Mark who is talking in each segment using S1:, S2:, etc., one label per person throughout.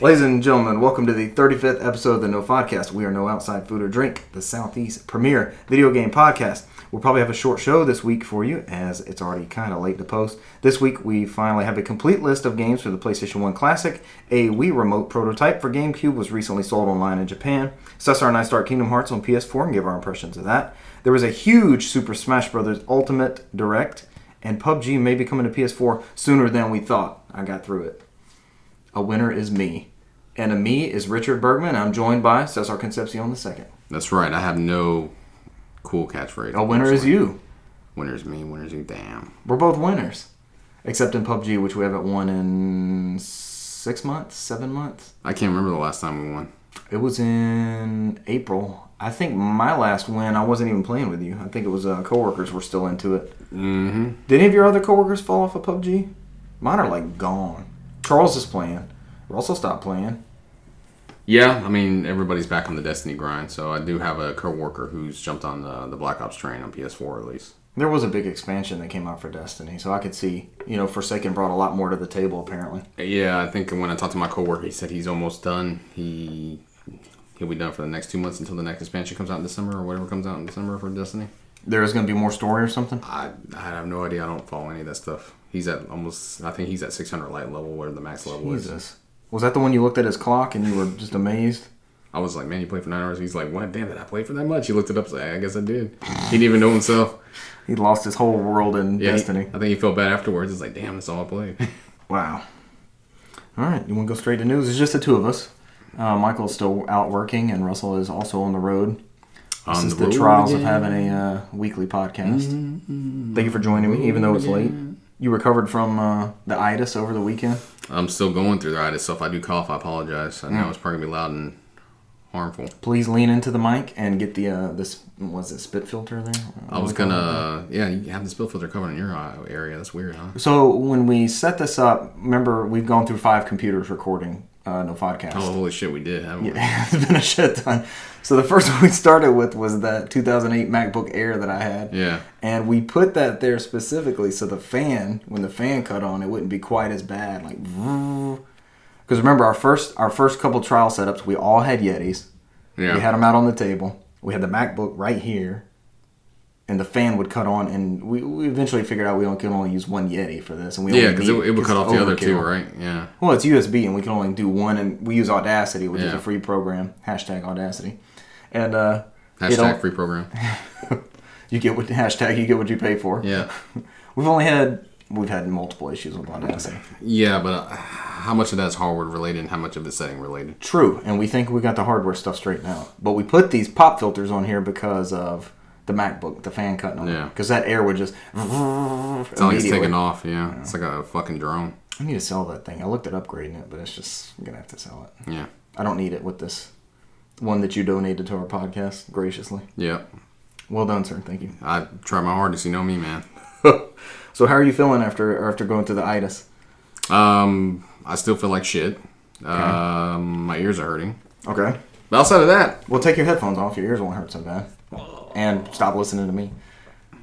S1: Ladies and gentlemen, welcome to the 35th episode of the No Podcast. We are No Outside Food or Drink, the Southeast premier video game podcast. We'll probably have a short show this week for you, as it's already kind of late to post. This week, we finally have a complete list of games for the PlayStation 1 Classic. A Wii Remote prototype for GameCube was recently sold online in Japan. Cesar and I start Kingdom Hearts on PS4 and give our impressions of that. There was a huge Super Smash Bros. Ultimate Direct, and PUBG may be coming to PS4 sooner than we thought. I got through it a winner is me. And a me is Richard Bergman. I'm joined by Cesar Concepcion the second.
S2: That's right. I have no cool catchphrase.
S1: A winner is you.
S2: Winner's me. Winner's you. Damn.
S1: We're both winners. Except in PUBG, which we haven't won in six months, seven months.
S2: I can't remember the last time we won.
S1: It was in April. I think my last win, I wasn't even playing with you. I think it was uh, coworkers were still into it.
S2: Mm-hmm.
S1: Did any of your other coworkers fall off of PUBG? Mine are like gone. Charles is playing. Russell stopped playing.
S2: Yeah, I mean everybody's back on the Destiny grind, so I do have a coworker who's jumped on the, the Black Ops train on PS4 at least.
S1: There was a big expansion that came out for Destiny, so I could see, you know, Forsaken brought a lot more to the table apparently.
S2: Yeah, I think when I talked to my coworker, he said he's almost done. He he'll be done for the next two months until the next expansion comes out in December or whatever comes out in December for Destiny.
S1: There is going to be more story or something.
S2: I I have no idea. I don't follow any of that stuff. He's at almost. I think he's at 600 light level where the max level is.
S1: Jesus. Was that the one you looked at his clock and you were just amazed?
S2: I was like, man, you played for nine hours. He's like, what? Damn, did I play for that much? He looked it up. He's Like, I guess I did. He didn't even know himself.
S1: He lost his whole world in
S2: Yeah, he-
S1: Destiny.
S2: I think he felt bad afterwards. It's like, damn, that's all I played.
S1: Wow. All right, you want to go straight to news? It's just the two of us. Uh, Michael's still out working, and Russell is also on the road. This
S2: On
S1: is the,
S2: road
S1: trials of
S2: again. Mm-hmm.
S1: having a uh, weekly podcast. Thank you for joining me, even though it's late. You recovered from uh, the itis over the weekend.
S2: I'm still going through the itis, so if I do cough, I apologize. I
S1: Mm.
S2: know it's probably gonna be loud and harmful.
S1: Please lean into the mic and get the uh, this was it spit filter there.
S2: I was gonna, uh, yeah, you have the spill filter covering your eye area. That's weird, huh?
S1: So when we set this up, remember we've gone through five computers recording uh, no podcast.
S2: Oh, holy shit, we did, haven't we?
S1: it's been a shit ton. So the first one we started with was that 2008 MacBook Air that I had.
S2: Yeah.
S1: And we put that there specifically so the fan, when the fan cut on, it wouldn't be quite as bad. Like, because remember our first our first couple trial setups, we all had Yetis.
S2: Yeah.
S1: We had them out on the table. We had the MacBook right here, and the fan would cut on. And we, we eventually figured out we only could only use one Yeti for this, and we
S2: yeah,
S1: only
S2: because it,
S1: need-
S2: it would cut off the other two,
S1: overkill.
S2: right? Yeah.
S1: Well, it's USB, and we can only do one, and we use Audacity, which is
S2: Yeah.
S1: a free program. Hashtag Audacity, and uh, you
S2: Hashtag
S1: don't-
S2: free program.
S1: you get what hashtag you get what you pay for.
S2: Yeah.
S1: We've only had we've had multiple issues with Audacity.
S2: Yeah, but uh, how much of that's hardware related and how much of it's setting related?
S1: True, and we think we got the hardware stuff straightened out, but we put these pop filters on here because of the MacBook, the fan cutting on.
S2: Yeah.
S1: Because that air would just.
S2: It's not like it's taking off, yeah. It's like a fucking drone.
S1: I need to sell that thing. I looked at upgrading it, but it's just I'm gonna have to sell it.
S2: Yeah.
S1: I don't need it with this one that you donated to our podcast graciously.
S2: Yeah.
S1: Well done, sir. Thank you.
S2: I try my hardest, you know me, man.
S1: so how are you feeling after after going through the itis?
S2: Um, I still feel like shit. Um, my ears are hurting.
S1: Okay.
S2: But outside of that,
S1: Well, take your headphones off. Your ears won't hurt so bad. And stop listening to me.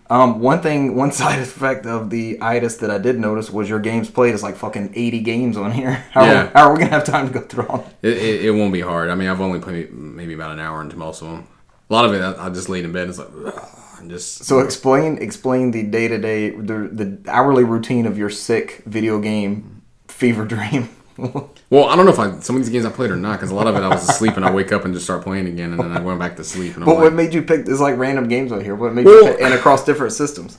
S1: Um, one thing, one side effect of the itis that I did notice was your games played is like fucking 80 games on here. How,
S2: Yeah.
S1: are, how are we gonna have time to go through all? that?
S2: it, it, it won't be hard. I mean, I've only played maybe about an hour into most of them. A lot of it, I, I just laid in bed. And it's like, "Ugh," and just
S1: So explain explain the day to day the the hourly routine of your sick video game fever dream.
S2: well, I don't know if I some of these games I played or not because a lot of it I was asleep and I wake up and just start playing again and then I went back to sleep. And I'm
S1: But
S2: like,
S1: what made you pick? There's like random games on here. What made you
S2: Well-
S1: pick, and across different systems,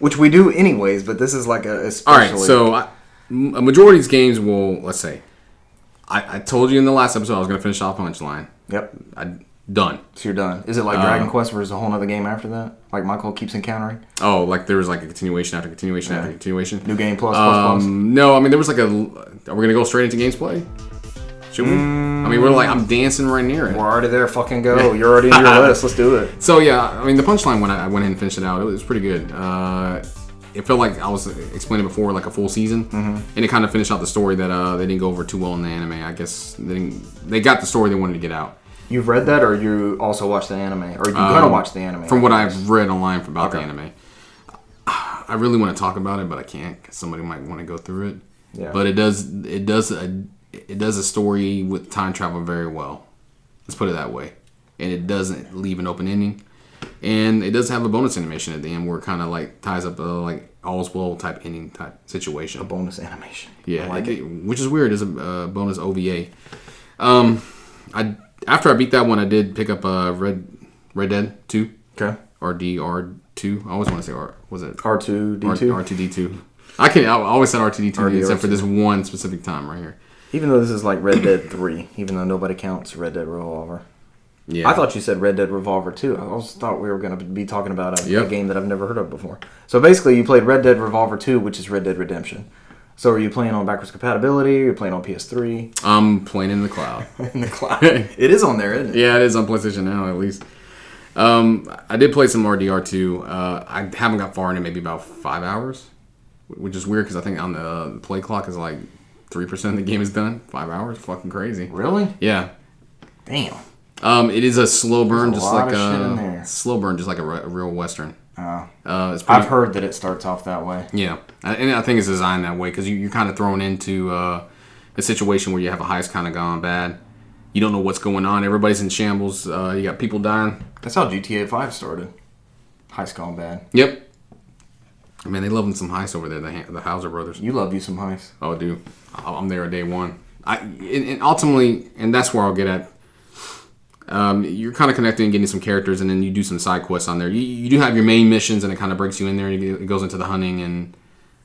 S1: which we do anyways. But this is like a
S2: All
S1: especially.
S2: right, so I, m- a majority of these games will, let's say, I, I told you in the last episode I was going to finish off Punchline.
S1: yep.
S2: I done.
S1: So you're done. Is it
S2: Uh,
S1: like Dragon Quest, or is a whole other game after that? Like Michael keeps encountering
S2: Oh, like there was like a continuation after continuation after continuation.
S1: new game plus plus plus.
S2: Um, no, I mean there was like a. Are we gonna go straight into games play? Should we? I mean, we're like I'm dancing right near it.
S1: We're already there. Fucking go. You're already in your list. Let's do it.
S2: So yeah, I mean the punchline when I I went ahead and finished it out, it was pretty good. Uh, it felt like I was explaining before, like a full season,
S1: Mm-hmm.
S2: and it kind of finished out the story that uh, they didn't go over too well in the anime. I guess they didn't, they got the story they wanted to get out.
S1: You've read that, or you also watch the anime, or you're gonna
S2: Um,
S1: watch the anime.
S2: From what I've read online about the
S1: Okay.
S2: anime, I really want to talk about it, but I can't. 'cause somebody might want to go through it.
S1: Yeah.
S2: But it does. It does. A, it it does a story with time travel very well. Let's put it that way. And it doesn't leave an open ending. And it does have a bonus animation at the end where it kind of like ties up a like all's well type ending type situation.
S1: Bonus animation.
S2: Yeah,
S1: I like
S2: it- which is weird. Is a uh, bonus OVA. Um, I after I beat that one, I did pick up uh, Red Red Dead Two
S1: it. Okay.
S2: or DR Two. I always want to say R. Was it
S1: R two D
S2: R
S1: two.
S2: two D two? I can. I always said R two D two
S1: RDR2.
S2: except for this one specific time right here.
S1: Even though this is like Red Dead Three, even though nobody counts Red Dead Revolver.
S2: Yeah,
S1: I thought you said Red Dead Revolver too. I always thought we were going to be talking about a,
S2: Yep.
S1: a game that I've never heard of before. So basically, you played Red Dead Revolver Two, which is Red Dead Redemption. So are you playing on backwards compatibility? You're playing on PS3
S2: I'm playing in the cloud.
S1: in the cloud. it is on there, isn't it?
S2: Yeah, it is on PlayStation now at least. Um, I did play some RDR2. Uh, I haven't got far in it, maybe about five hours, which is weird because I think on the uh, play clock is like three percent of the game is done. Five hours, fucking crazy.
S1: Really?
S2: Yeah.
S1: Damn.
S2: Um, it is a slow burn,
S1: There's a
S2: just
S1: lot
S2: like
S1: of shit in
S2: a
S1: there.
S2: slow burn, just like a, re- a real western.
S1: Oh.
S2: Uh, it's pretty,
S1: I've heard that it starts off that way.
S2: yeah, I- and I think it's designed that way because you, you're kind of thrown into uh, a situation where you have a heist kind of gone bad. You don't know what's going on. Everybody's in shambles. Uh, you got people dying.
S1: That's how GTA Five started. Heist gone bad.
S2: Yep. I mean, they loving some heist over there, the, Han- the Hauser brothers.
S1: You love you some heist.
S2: Oh, dude, I- I'm there day one. I and, and ultimately, and that's where I'll get at. Um, you're kind of connecting, getting some characters, and then you do some side quests on there. You, you do have your main missions, and it kind of breaks you in there. And you get- it goes into the hunting and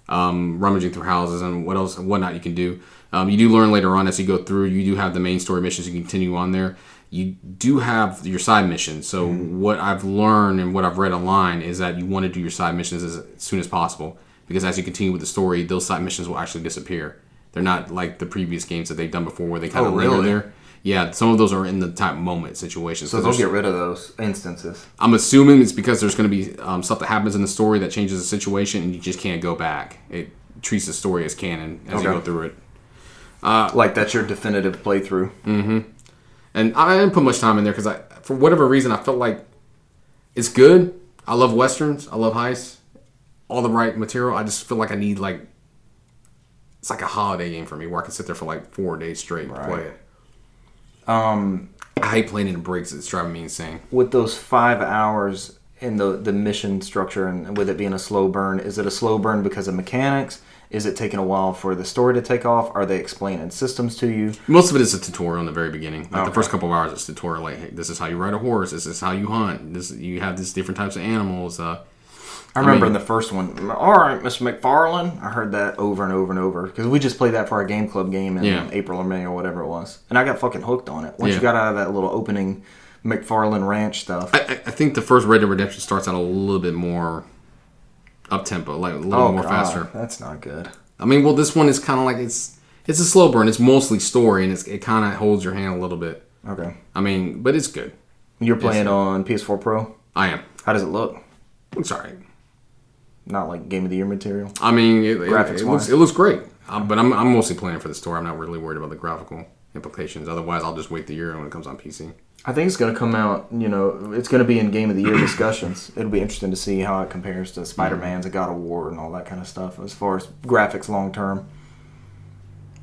S2: um, rummaging through houses and what else and whatnot you can do. Um, you do learn later on as you go through. You do have the main story missions you continue on there. You do have your side missions. So
S1: Mm-hmm.
S2: what I've learned and what I've read online is that you want to do your side missions as soon as possible because as you continue with the story, those side missions will actually disappear. They're not like the previous games that they've done before where they kind
S1: Oh,
S2: of linger
S1: really?
S2: there. Yeah, some of those are in the type moment situations.
S1: So
S2: 'Cause
S1: they'll
S2: there's-
S1: get rid of those instances.
S2: I'm assuming it's because there's going to be um, stuff that happens in the story that changes the situation, and you just can't go back. It treats the story as canon as you
S1: Okay.
S2: go through it.
S1: Like that's your definitive playthrough.
S2: And I didn't put much time in there because I, for whatever reason, I felt like it's good. I love westerns. I love heists. All the right material. I just feel like I need like it's like a holiday game for me where I can sit there for like four days straight and play it. Um, I hate playing in breaks. It's driving me insane.
S1: with those five hours in the the mission structure and with it being a slow burn, is it a slow burn because of mechanics? Is it taking a while for the story to take off? Are they explaining systems to you?
S2: Most of it is a tutorial in the very beginning. Like the first couple of hours, it's tutorial. Like hey, this is how you ride a horse. This is how you hunt. This you have these different types of animals. Uh,
S1: I remember in the first one, all right, Miss McFarlane. I heard that over and over and over because we just played that for our game club game in
S2: Yeah.
S1: April or May or whatever it was, and I got fucking hooked on it. Once
S2: Yeah.
S1: you got out of that little opening McFarlane Ranch stuff,
S2: I, I I think the first Red Dead Redemption starts out a little bit more up tempo, like a little more
S1: Oh, God,
S2: faster.
S1: That's not good.
S2: I mean, well, this one is kind of like it's it's a slow burn. It's mostly story, and it's, it kind of holds your hand a little bit.
S1: Okay,
S2: I mean, but it's good.
S1: you're playing on PS4 Pro.
S2: I am.
S1: How does it look?
S2: It's alright.
S1: Not like game of the year material.
S2: I mean, it, it- it, looks
S1: Graphics-wise.
S2: it looks great. Um, but I'm, I'm mostly playing for the story. I'm not really worried about the graphical implications. Otherwise, I'll just wait the year when it comes on PC.
S1: I think it's going to come out. You know, it's going to be in game of the year discussions. It'll be interesting to see how it compares to Spider Man's, and God of War, and all that kind of stuff as far as graphics long term.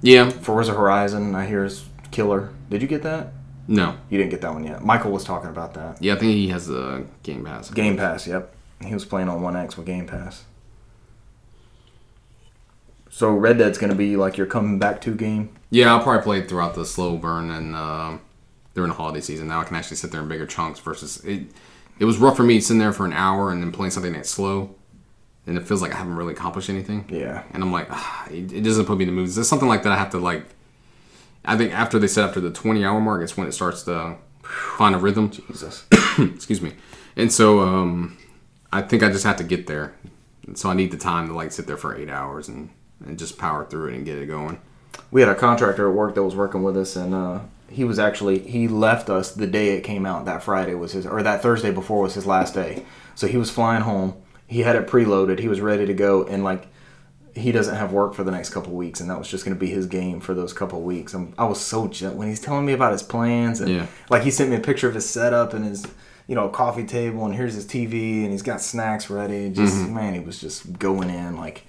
S2: Yeah.
S1: Forza Horizon, I hear is killer. Did you get that?
S2: No.
S1: You didn't get that one yet. Michael was talking about that.
S2: Yeah, I think he has the Game Pass.
S1: Game Pass. Yep, he was playing on One X with Game Pass. So Red Dead's going to be like your coming back to game.
S2: Yeah, I'll probably play it throughout the slow burn and um during the holiday season. Now I can actually sit there in bigger chunks versus it. It was rough for me sitting there for an hour and then playing something that's slow, and it feels like I haven't really accomplished anything.
S1: Yeah.
S2: And I'm like, ah, it, it doesn't put me in the mood. There's something like that I have to like. I think after they said after the 20 hour mark, it's when it starts to find a rhythm.
S1: Jesus.
S2: Excuse me. And so um, I think I just have to get there. And so I need the time to like sit there for eight hours and, and just power through it and get it going.
S1: we had a contractor at work that was working with us and uh, he was actually he left us the day it came out that friday was his or that thursday before was his last day so he was flying home he had it preloaded he was ready to go and like he doesn't have work for the next couple weeks and that was just going to be his game for those couple weeks i i was so jet when he's telling me about his plans and
S2: Yeah.
S1: like he sent me a picture of his setup and his you know coffee table and here's his tv and he's got snacks ready just man he was just going in like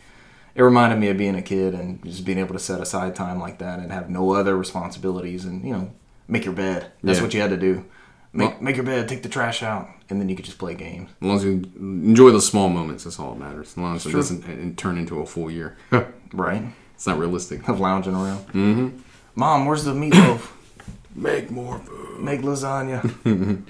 S1: it reminded me of being a kid and just being able to set aside time like that and have no other responsibilities and you know make your bed. That's
S2: Yeah.
S1: what you had to do. Make make your bed, take the trash out, and then you could just play games.
S2: As long as you enjoy the small moments, that's all that matters. As long as it doesn't uh, turn into a full year,
S1: Right?
S2: it's not realistic.
S1: Of lounging around. Mm-hmm. Mom, where's the meatloaf?
S2: Make more food.
S1: make lasagna.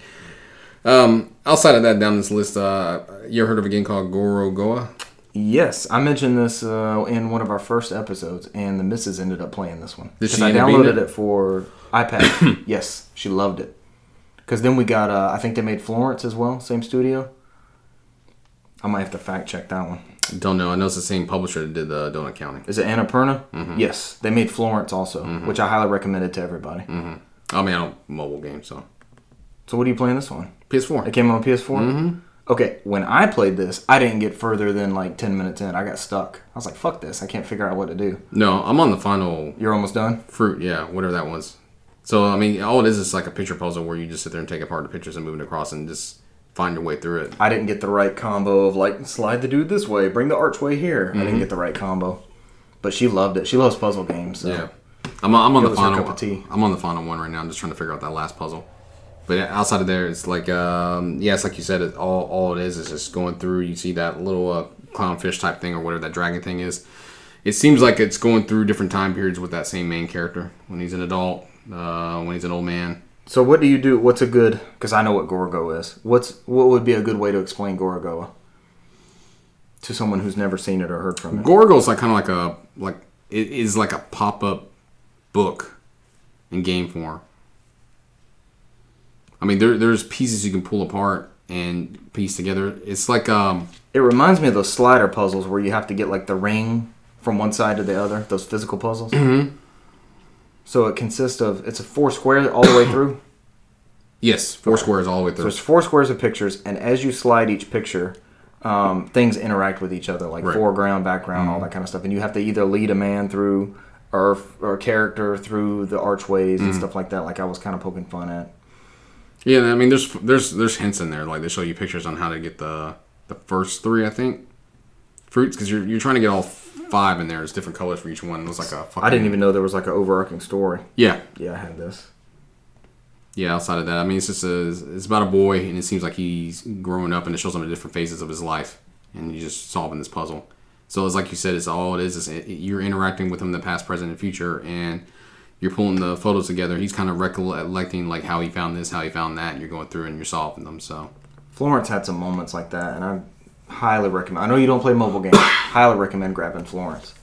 S2: Um, Outside of that, down this list, uh, you ever heard of a game called Goro Goa?
S1: Yes, I mentioned this uh, in one of our first episodes, and the missus ended up playing this one.
S2: Did
S1: 'Cause
S2: she
S1: I
S2: end up beating
S1: downloaded
S2: it?
S1: it for iPad. yes, she loved it. Because then we got, uh, I think they made Florence as well, same studio. I might have to fact check that one.
S2: Don't know. I know it's the same publisher that did uh, Donut County.
S1: Is it Annapurna?
S2: Mm-hmm.
S1: Yes, they made Florence also, which I highly recommended to everybody.
S2: I mean, I don't mobile games, so
S1: So what are you playing this one? It
S2: PS4.
S1: came on PS4.
S2: Mm-hmm.
S1: Okay, when I played this, I didn't get further than like ten minutes in. I got stuck. I was like, "Fuck this! I can't figure out what to do."
S2: No, I'm on the final
S1: You're almost done.
S2: fruit, yeah, whatever that was. So I mean, all it is is like a picture puzzle where you just sit there and take apart the pictures and move it across and just find your way through it.
S1: I didn't get the right combo of like slide the dude this way, bring the archway here. I didn't get the right combo, but she loved it. She loves puzzle games. So.
S2: Yeah, I'm, I'm on the
S1: was her
S2: final.
S1: cup of tea.
S2: I'm on the final one right now. I'm just trying to figure out that last puzzle. But yeah, outside of there, it's like um, yeah, it's like you said. It, all all it is is just going through. You see that little uh, clownfish type thing or whatever that dragon thing is. It seems like it's going through different time periods with that same main character. When he's an adult, uh, when he's an old man.
S1: So what do you do? What's a good? Because I know what Gorgo is. What's what would be a good way to explain Gorgoa to someone who's never seen it or heard from it?
S2: Gorgo's like kind of like a like it is like a pop up book in game form. I mean, there there's pieces you can pull apart and piece together. It's like um
S1: It reminds me of those slider puzzles where you have to get like the ring from one side to the other. Those physical puzzles. Mm-hmm. So it consists of it's a four square all the way through.
S2: yes, four squares all the way
S1: So
S2: through.
S1: it's four squares of pictures, and as you slide each picture, um, things interact with each other, like
S2: Right.
S1: foreground, background, all that kind of stuff. And you have to either lead a man through or or a character through the archways and stuff like that. Like I was kind of poking fun at.
S2: Yeah, I mean, there's there's there's hints in there. Like they show you pictures on how to get the the first three, I think, fruits because you're you're trying to get all five in there. It's different colors for each one. It was like a fucking,
S1: I didn't even know there was like an overarching story.
S2: yeah
S1: Yeah, I had this.
S2: Yeah, outside of that, I mean, it's just a, it's about a boy, and it seems like he's growing up, and it shows him the different phases of his life, and you're just solving this puzzle. So it's like you said, it's all it is. Is it, you're interacting with him, in the past, present, and future, and you're pulling the photos together. He's kind of recollecting like how he found this, how he found that. And you're going through and you're solving them. So
S1: Florence had some moments like that, and I highly recommend. I know you don't play mobile games. highly recommend grabbing Florence.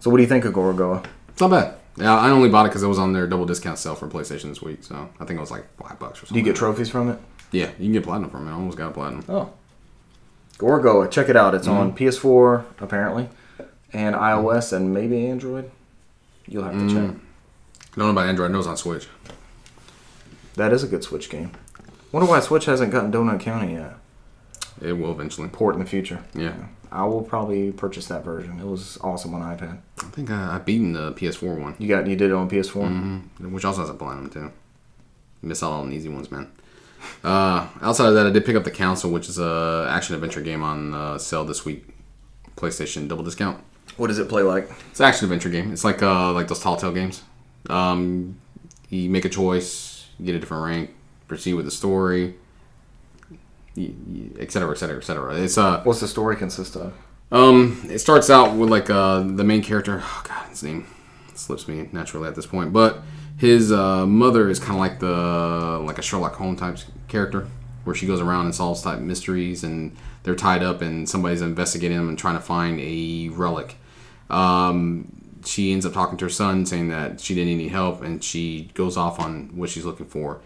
S1: So what do you think of Gorgoa?
S2: it's not bad. Yeah, I only bought it because it was on their double discount sale for PlayStation this week. So I think it was like five bucks
S1: Do
S2: or something.
S1: you get trophies from it?
S2: yeah, you can get platinum from it. I almost got a platinum.
S1: Oh. Gorgoa, check it out. It's on PS4 apparently, and iOS and maybe Android. You'll have to check.
S2: I don't know about Android. I know it's on Switch.
S1: That is a good Switch game. Wonder why Switch hasn't gotten Donut County yet.
S2: It will eventually.
S1: Port in the future.
S2: Yeah.
S1: I will probably purchase that version. It was awesome on iPad.
S2: I think I, I beaten the PS4 one,
S1: You got you did it on PS4.
S2: which also has a platinum too. Miss out on the easy ones, man. Uh, outside of that, I did pick up the Council, which is a action adventure game on uh, sale this week, PlayStation double discount.
S1: What does it play like?
S2: It's an action adventure game. It's like uh, like those Tall Tale games. Um, you make a choice, you get a different rank, proceed with the story, y- y- et cetera, et cetera, et cetera. It's uh,
S1: What's the story consist of?
S2: Um, it starts out with like uh the main character. Oh God, his name slips me naturally at this point, but his uh, mother is kind of like the like a Sherlock Holmes type character, where she goes around and solves type mysteries, and they're tied up, and somebody's investigating them and trying to find a relic. Um, she ends up talking to her son, saying that she didn't need any help, and she goes off on what she's looking for.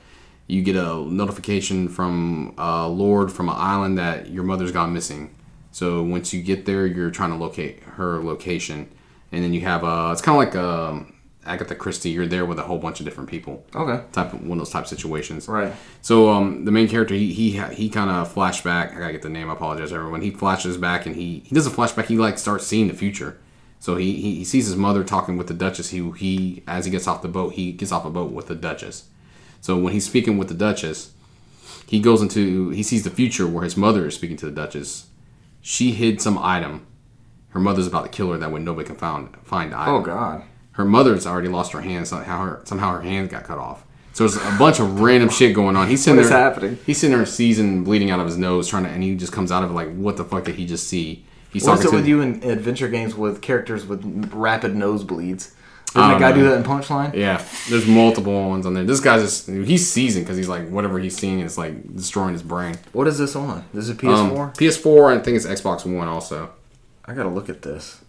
S2: You get a notification from a lord from an island that your mother's gone missing. So once you get there, you're trying to locate her location, and then you have a. It's kind of like um Agatha Christie. You're there with a whole bunch of different people.
S1: Okay.
S2: Type of, one of those type situations.
S1: Oh. Right.
S2: So um, the main character, he he, he kind of flashback. I gotta get the name. I apologize, everyone. He flashes back, and he he doesn't flashback. He like starts seeing the future. So he, he, he sees his mother talking with the Duchess. He he as he gets off the boat, he gets off a boat with the Duchess. So when he's speaking with the Duchess, he goes into he sees the future where his mother is speaking to the Duchess. She hid some item Her mother's about to kill her that way nobody can found, find either.
S1: Oh God.
S2: Her mother's already lost her hand. Somehow her, somehow her hand got cut off. So there's a bunch of random shit going on. He's sitting
S1: What is
S2: there.
S1: happening?
S2: He's sitting there, season bleeding out of his nose, trying to, and he just comes out of it like, what the fuck did he just see? He's
S1: What's it
S2: talking
S1: with
S2: to
S1: you in adventure games with characters with n- rapid nosebleeds? Doesn't a guy do that in Punchline?
S2: Yeah, there's multiple ones on there. This guy's just he's seizing because he's like whatever he's seeing is like destroying his brain.
S1: What is this on? This is
S2: Um,
S1: PS4.
S2: PS4, I think it's Xbox One also.
S1: I gotta look at this.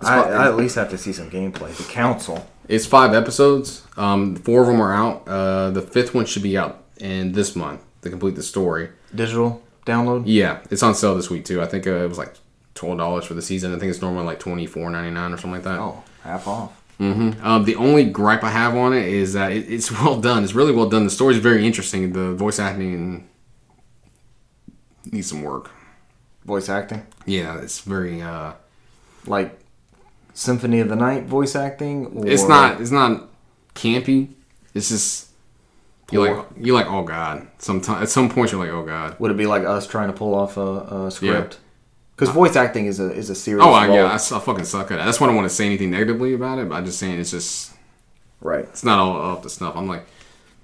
S1: I,
S2: prob-
S1: I at least have to see some gameplay. The council.
S2: It's five episodes. Um, four of them are out. Uh, the fifth one should be out in this month to complete the story.
S1: Digital download.
S2: Yeah, it's on sale this week too. I think uh, it was like twelve dollars for the season. I think it's normally like twenty four ninety nine or something like that.
S1: Oh, half off.
S2: Um, the only gripe I have on it is that it, it's well done. It's really well done. The story's very interesting. The voice acting needs some work.
S1: Voice acting.
S2: Yeah, it's very. Uh,
S1: Like Symphony of the Night voice acting. Or
S2: it's not. It's not campy. It's just you
S1: Poor.
S2: like you like. Oh God! Sometimes at some point you're like, oh God.
S1: Would it be like us trying to pull off a, a script? Because voice acting is a is a serious.
S2: Oh I,
S1: role.
S2: yeah, I, s- I fucking suck at it. That's why I don't want to say anything negatively about it. But I'm just saying it's just
S1: Right.
S2: it's not all up to snuff. I'm like,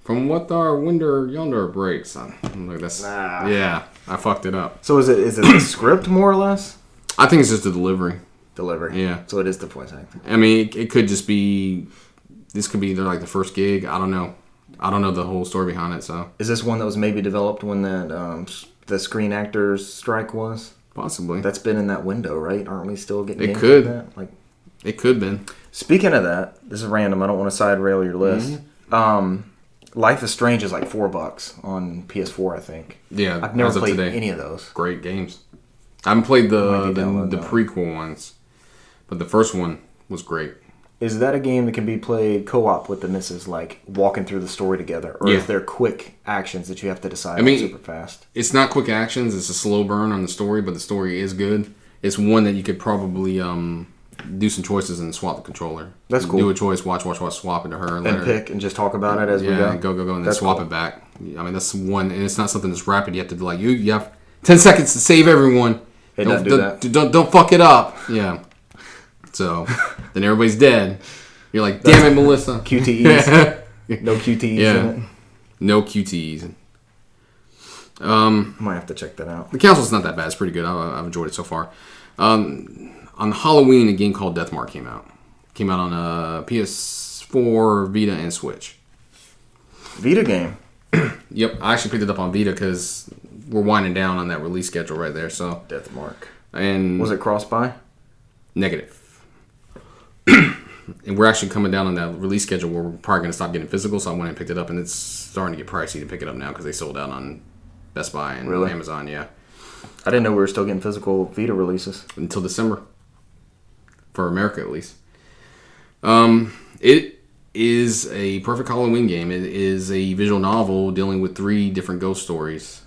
S2: from what our winder yonder breaks. I'm, I'm like that's
S1: Nah.
S2: yeah. I fucked it up.
S1: So is it is it a script more or less?
S2: I think it's just the delivery.
S1: Delivery.
S2: Yeah.
S1: So it is the voice acting.
S2: I mean, it, it could just be. This could be their like the first gig. I don't know. I don't know the whole story behind it. So
S1: Is this one that was maybe developed when that um, s- the Screen Actors Strike was?
S2: possibly
S1: That's been in that window, right? Aren't we still getting?
S2: It
S1: games
S2: could.
S1: Like, that? like
S2: it could been.
S1: speaking of that, this is random. I don't want to side rail your list.
S2: Mm-hmm.
S1: Um, Life is Strange is like four bucks on PS4, I think.
S2: Yeah,
S1: I've never
S2: as of
S1: played
S2: today.
S1: any of those.
S2: great games. I haven't played
S1: Might
S2: the
S1: need to
S2: the,
S1: download
S2: the
S1: that.
S2: prequel ones, but the first one was great.
S1: Is that a game that can be played co-op with the misses, like walking through the story together, or
S2: Yeah.
S1: is there quick actions that you have to decide
S2: mean-
S1: on super fast?
S2: It's not quick actions; it's a slow burn on the story, but the story is good. It's one that you could probably um, do some choices and swap the controller.
S1: That's cool.
S2: Do a choice, watch, watch, watch, swap it to her, and let
S1: And
S2: her-
S1: pick and just talk about it as we
S2: yeah,
S1: go.
S2: go go go, and then
S1: That's
S2: swap
S1: cool.
S2: it back. I mean, that's one, and it's not something that's rapid. You have to do like you you have ten seconds to save everyone.
S1: Hey, don't do that.
S2: Don't don't fuck it up. Yeah. So then everybody's dead. You're like, damn it, Melissa.
S1: QTEs, no QTEs in
S2: Yeah.
S1: it.
S2: No QTEs.
S1: I might have to check that out.
S2: The council's not that bad. It's pretty good. I, I've enjoyed it so far. Um, on Halloween, a game called Deathmark came out. Came out on uh, PS4, Vita, and Switch.
S1: Vita game.
S2: Yep, I actually picked it up on Vita because we're winding down on that release schedule right there. So
S1: Death Mark.
S2: and
S1: Was it cross by?
S2: negative. and we're actually coming down on that release schedule where we're probably going to stop getting physical. So I went and picked it up, and it's starting to get pricey to pick it up now because they sold out on Best Buy and
S1: Really?
S2: Amazon. Yeah.
S1: I didn't know we were still getting physical Vita releases.
S2: until December for America at least. Um, it is a perfect Halloween game. It is a visual novel dealing with three different ghost stories.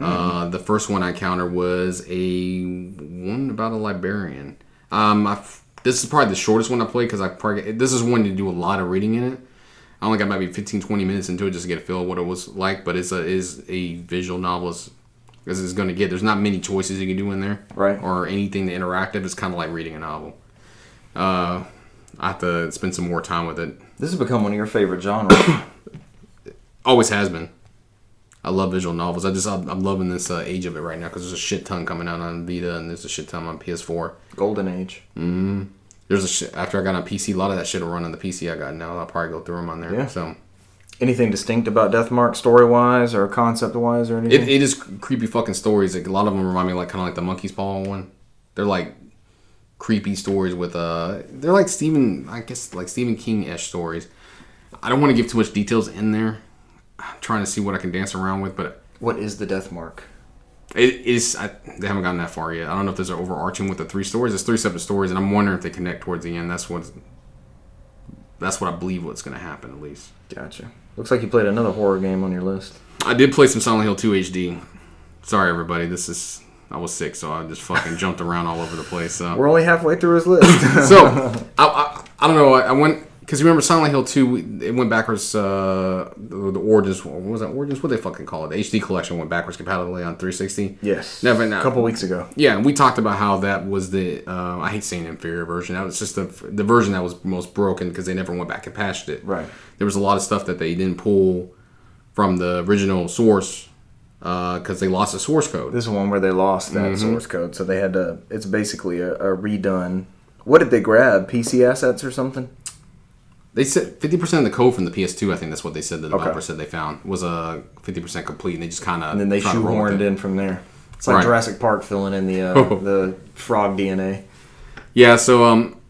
S2: Uh, the first one I encountered was a one about a librarian. Um, I f- this is probably the shortest one I played because I probably this is one to do a lot of reading in it. I only got maybe 15, 20 minutes into it just to get a feel of what it was like, but it's a is a visual novel as, as it's going to get. There's not many choices you can do in there,
S1: Right.
S2: Or anything interactive. It's kind of like reading a novel. Uh, I have to spend some more time with it.
S1: This has become one of your favorite genres.
S2: Always has been. I love visual novels. I just I'm, I'm loving this uh, age of it right now because there's a shit ton coming out on Vita and there's a shit ton on PS4.
S1: Golden Age.
S2: There's a shit, after I got on PC, a lot of that shit will run on the PC I got now. I'll probably go through them on there.
S1: Yeah.
S2: So
S1: Anything distinct about Death Mark story wise or concept wise or anything?
S2: It, it is creepy fucking stories. Like a lot of them remind me like kind of like the Monkey's Paw one. They're like creepy stories with uh they're like Stephen I guess like Stephen King ish stories. I don't want to give too much details in there. I'm trying to see what I can dance around with, but
S1: what is the Death Mark?
S2: it is I, they haven't gotten that far yet. I don't know if there's an overarching with the three stories. There's three separate stories, and I'm wondering if they connect towards the end. That's what that's what I believe what's going to happen at least.
S1: Gotcha. Looks like you played another horror game on your list.
S2: I did play some Silent Hill 2 HD. Sorry, everybody. This is I was sick, so I just fucking Oh. jumped around all over the place. So,
S1: We're only halfway through his list.
S2: so I, I I don't know. I, I went Because remember Silent Hill 2, we- it went backwards, uh, the, the Origins, what was that Origins? What they fucking call it? The HD collection went backwards compatibly on 360.
S1: Yes.
S2: No, but no.
S1: A couple weeks ago.
S2: Yeah, and we talked about how that was the, uh, I hate saying inferior version, that was just the, the version that was most broken because they never went back and patched it.
S1: Right.
S2: There was a lot of stuff that they didn't pull from the original source because they lost the source code.
S1: This is one where they lost that
S2: Mm-hmm.
S1: source code, so they had to. It's basically a, a redone. What did they grab? PC assets or something?
S2: They said 50% of the code from the PS2, I think that's what they said the developer said they found, was uh, 50% complete, and they just kind of.
S1: And then they shoehorned in from there. It's like
S2: Right.
S1: Jurassic Park filling in the uh, the frog DNA.
S2: Yeah, so um,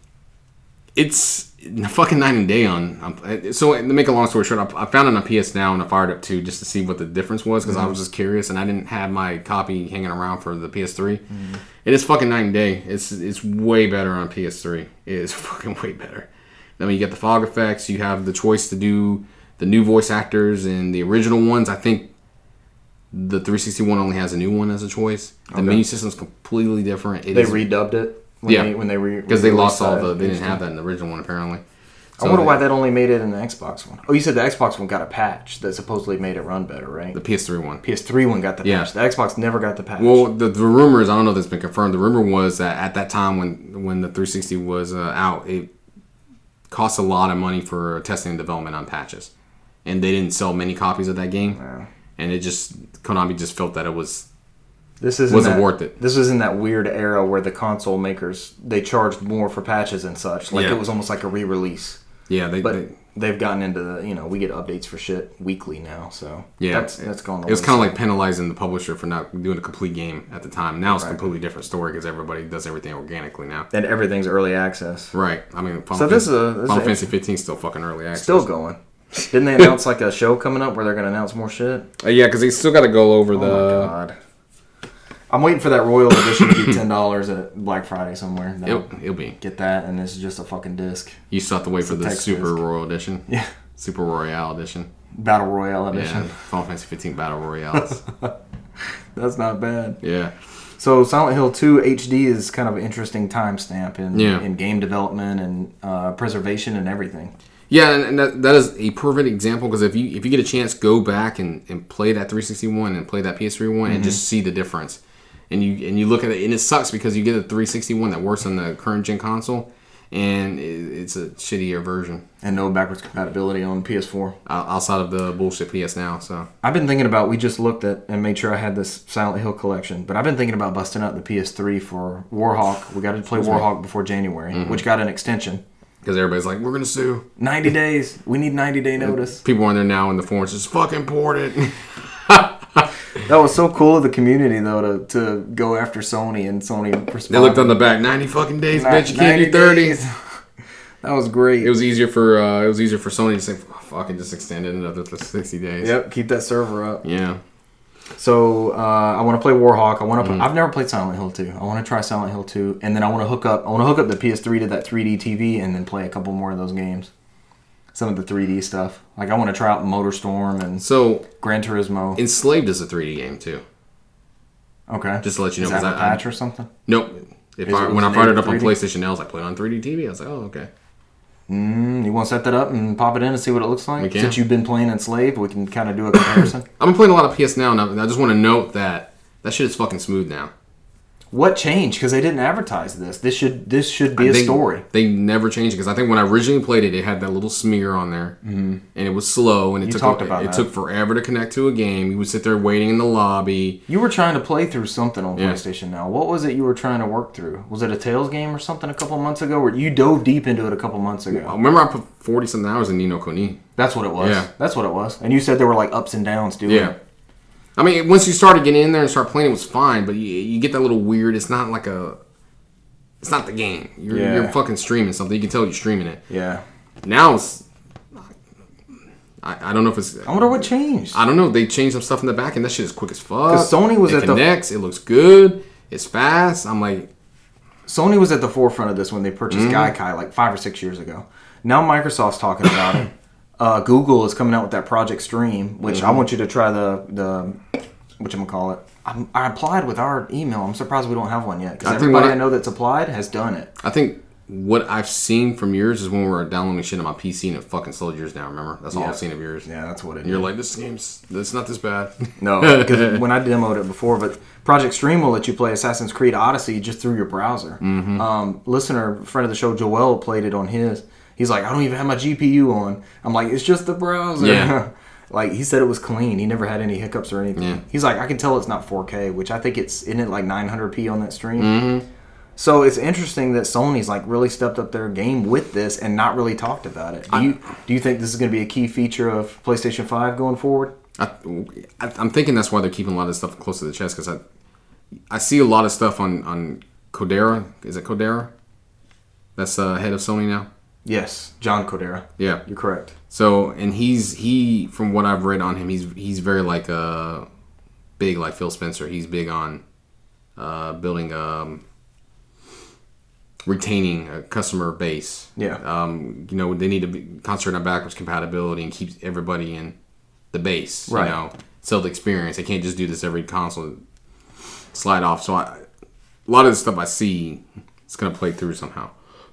S2: it's fucking night and day on. on so to make a long story short, I, I found it on PS Now and I fired up too just to see what the difference was because I was just curious and I didn't have my copy hanging around for the PS3. It is fucking night and day. It's it's way better on PS3. It is fucking way better. I mean, you get the fog effects. You have the choice to do the new voice actors and the original ones. I think the 361 only has a new one as a choice. The menu system's completely different. It
S1: They
S2: is-
S1: redubbed it. When
S2: Yeah.
S1: they, when they re-
S2: because they
S1: released
S2: lost all
S1: that.
S2: the. They didn't have that in the original one apparently.
S1: I wonder why that only made it in the Xbox one. Oh, you said the Xbox one got a patch that supposedly made it run better, right?
S2: the PS3 one.
S1: PS3 one got the
S2: Yeah.
S1: patch. The Xbox never got the patch.
S2: Well, the, the rumor is I don't know if that's been confirmed. The rumor was that at that time when when the 360 was uh, out, it cost a lot of money for testing and development on patches, and they didn't sell many copies of that game, and it just Konami just felt that it was
S1: this isn't
S2: wasn't
S1: that-
S2: worth it.
S1: This was in that weird era where the console makers they charged more for patches and such. Like
S2: Yeah.
S1: it was almost like a re-release.
S2: yeah they,
S1: But
S2: they
S1: they've gotten into the you know we get updates for shit weekly now, so
S2: yeah
S1: that's that's gone.
S2: It was kind of like penalizing the publisher for not doing a complete game at the time. Now it's a completely different story because everybody does everything organically now.
S1: and everything's early access.
S2: Right. I mean, Final,
S1: So this
S2: Fantasy,
S1: is a- this is
S2: Final
S1: a-
S2: Fantasy 15 is still fucking early access.
S1: Still going. Didn't they announce like a show coming up where they're going to announce more shit?
S2: Uh, yeah, because they still got to go over the.
S1: Oh my god. I'm waiting for that Royal Edition to be ten dollars at Black Friday somewhere. That'll
S2: It'll, it'll be.
S1: Get that, and this is just a fucking disc.
S2: You still have to wait for the
S1: text
S2: Super
S1: disc.
S2: Royal Edition.
S1: Yeah.
S2: Super Royale Edition.
S1: Battle Royale Edition.
S2: Yeah. Final Fantasy 15 Battle Royales.
S1: That's not bad.
S2: yeah.
S1: So Silent Hill 2 HD is kind of an interesting timestamp in
S2: Yeah.
S1: in game development and uh, preservation and everything.
S2: Yeah, and, and that, that is a perfect example because if you if you get a chance, go back and, and play that 361 and play that PS3 one
S1: Mm-hmm.
S2: and just see the difference. And you and you look at it, and it sucks because you get a 361 that works on the current gen console, and it, it's a shittier version
S1: And no backwards compatibility on PS4.
S2: o- outside of the bullshit PS Now. So
S1: I've been thinking about. We just looked at and made sure I had this Silent Hill collection, but I've been thinking about busting out the PS3 for Warhawk. We got to play Warhawk before January,
S2: Mm-hmm.
S1: which got an extension.
S2: because everybody's like, we're gonna sue.
S1: 90 days. We need 90 day notice.
S2: people on there now in the forums just fucking poured it.
S1: That was so cool of the community though to, to go after Sony and Sony responded.
S2: They looked on the back ninety fucking days, bitch. You can't do
S1: 90
S2: thirty.
S1: Uh, days. that was great.
S2: It was easier for uh, it was easier for Sony to say, "Fucking just extend it another th- sixty days."
S1: yep, keep that server up.
S2: Yeah.
S1: So uh, I want to play Warhawk. I
S2: Mm.
S1: want to. I've never played Silent Hill 2. I want to try Silent Hill 2, and then I want to hook up. I want to hook up the PS3 to that 3D TV, and then play a couple more of those games. Some of the 3D stuff. Like I want to try out MotorStorm and
S2: So
S1: Gran Turismo.
S2: Enslaved is a three D game too.
S1: Okay,
S2: Just to let you know,
S1: is that a
S2: 'cause I- I-
S1: patch or something?
S2: Nope. If
S1: Is
S2: I,
S1: it-
S2: when
S1: is
S2: I
S1: it
S2: fired it
S1: native
S2: up on
S1: 3D?
S2: PlayStation, I was like, "Play it on three D TV." I was like, "Oh, okay."
S1: Mm, you want to set that up and pop it in and see what it looks like?
S2: We can.
S1: Since you've been playing Enslaved, we can kind of do a comparison.
S2: I've been playing a lot of PS Now, and I- and I just want to note that that shit is fucking smooth now.
S1: what changed? Because they didn't advertise this. This should this should be a
S2: they,
S1: story.
S2: They never changed it because I think when I originally played it, it had that little smear on there, mm and it was slow, and it took
S1: Mm-hmm. talked
S2: a-
S1: about
S2: it,
S1: that.
S2: took forever to connect to a game. You would sit there waiting in the lobby.
S1: You were trying to play through something on PlayStation now. What was it you were trying to work through? Was it a Tales game or something a couple months ago? Where you dove deep into it a couple months ago?
S2: I remember I put forty something hours in Nino Kuni.
S1: That's what it was.
S2: Yeah.
S1: That's what it was. And you said there were like ups and downs doing
S2: Yeah.
S1: it.
S2: I mean, once you started getting in there and start playing, it was fine. But you, you get that little weird. It's not like a. It's not the game. You're,
S1: Yeah.
S2: you're fucking streaming something. You can tell you're streaming it.
S1: Yeah.
S2: Now it's. I, I don't know if it's.
S1: I wonder what changed.
S2: I don't know. They changed some stuff in the back, and that shit is quick as fuck.
S1: 'Cause Sony was
S2: it
S1: at the-
S2: connects. It looks good. It's fast. I'm like,
S1: Sony was at the forefront of this when they purchased Gaikai like five or six years ago. Now Microsoft's talking about it. Uh, Google is coming out with that Project Stream, which I want you to try the the what you call it. I I applied with our email. I'm surprised we don't have one yet because
S2: think
S1: everybody
S2: when I-
S1: I know that's applied has done it.
S2: I think what I've seen from yours is when we were downloading shit on my PC and it fucking slowed yours down. Remember? That's all
S1: Yeah.
S2: I've seen of yours.
S1: Yeah, that's what it is.
S2: And you're like, this game's it's not this bad.
S1: No, because when I demoed it before, but Project Stream will let you play Assassin's Creed Odyssey just through your browser.
S2: Mm-hmm.
S1: Um, listener, friend of the show, Joel played it on his. He's like, I don't even have my GPU on. I'm like, it's just the browser.
S2: Yeah.
S1: like he said, it was clean. He never had any hiccups or anything.
S2: Yeah.
S1: He's like, I can tell it's not 4K, which I think it's isn't it like 900p on that stream.
S2: Mm-hmm.
S1: So it's interesting that Sony's like really stepped up their game with this and not really talked about it. Do you do you think this is going to be a key feature of PlayStation 5 going forward?
S2: I, I, I'm thinking that's why they're keeping a lot of stuff close to the chest because I, I see a lot of stuff on on Codera. Is it Codera? That's uh, head of Sony now.
S1: Yes, John Codera.
S2: Yeah.
S1: You're correct.
S2: So and he's he from what I've read on him, he's he's very like uh big like Phil Spencer. He's big on uh building um retaining a customer base.
S1: Yeah.
S2: Um, you know, they need to be concentrate on backwards compatibility and keep everybody in the base.
S1: Right.
S2: You know, sell the experience. They can't just do this every console slide off. So I, a lot of the stuff I see, it's gonna play through somehow.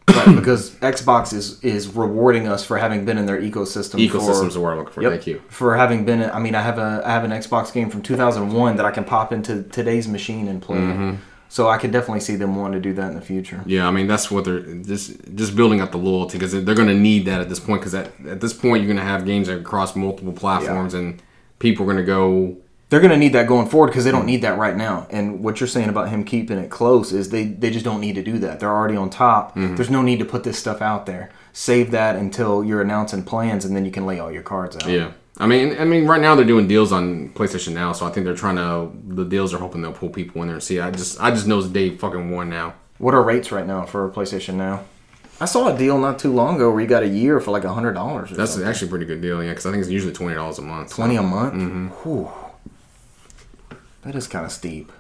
S1: Right, because Xbox is is rewarding us for having been in their ecosystem.
S2: Ecosystems
S1: for,
S2: are what I'm looking for.
S1: Yep,
S2: Thank you.
S1: for having been. I mean, I have a I have an Xbox game from 2001 that I can pop into today's machine and play.
S2: Mm-hmm.
S1: So I could definitely see them wanting to do that in the future.
S2: Yeah, I mean that's what they're just just building up the loyalty because they're going to need that at this point. Because at, at this point, you're going to have games that across multiple platforms, and people are going to go.
S1: They're going to need that going forward because they don't need that right now. And what you're saying about him keeping it close is they they just don't need to do that. They're already on top.
S2: Mm-hmm.
S1: There's no need to put this stuff out there. Save that until you're announcing plans, and then you can lay all your cards out.
S2: Yeah, I mean, I mean, right now they're doing deals on PlayStation now, so I think they're trying to. The deals are hoping they'll pull people in there and see. I just, I just know it's day fucking one now.
S1: What are rates right now for PlayStation Now? I saw a deal not too long ago where you got a year for like hundred dollars.
S2: That's actually a pretty good deal, yeah, because I think it's usually twenty dollars a month.
S1: twenty a month. Whew. That is kind of steep.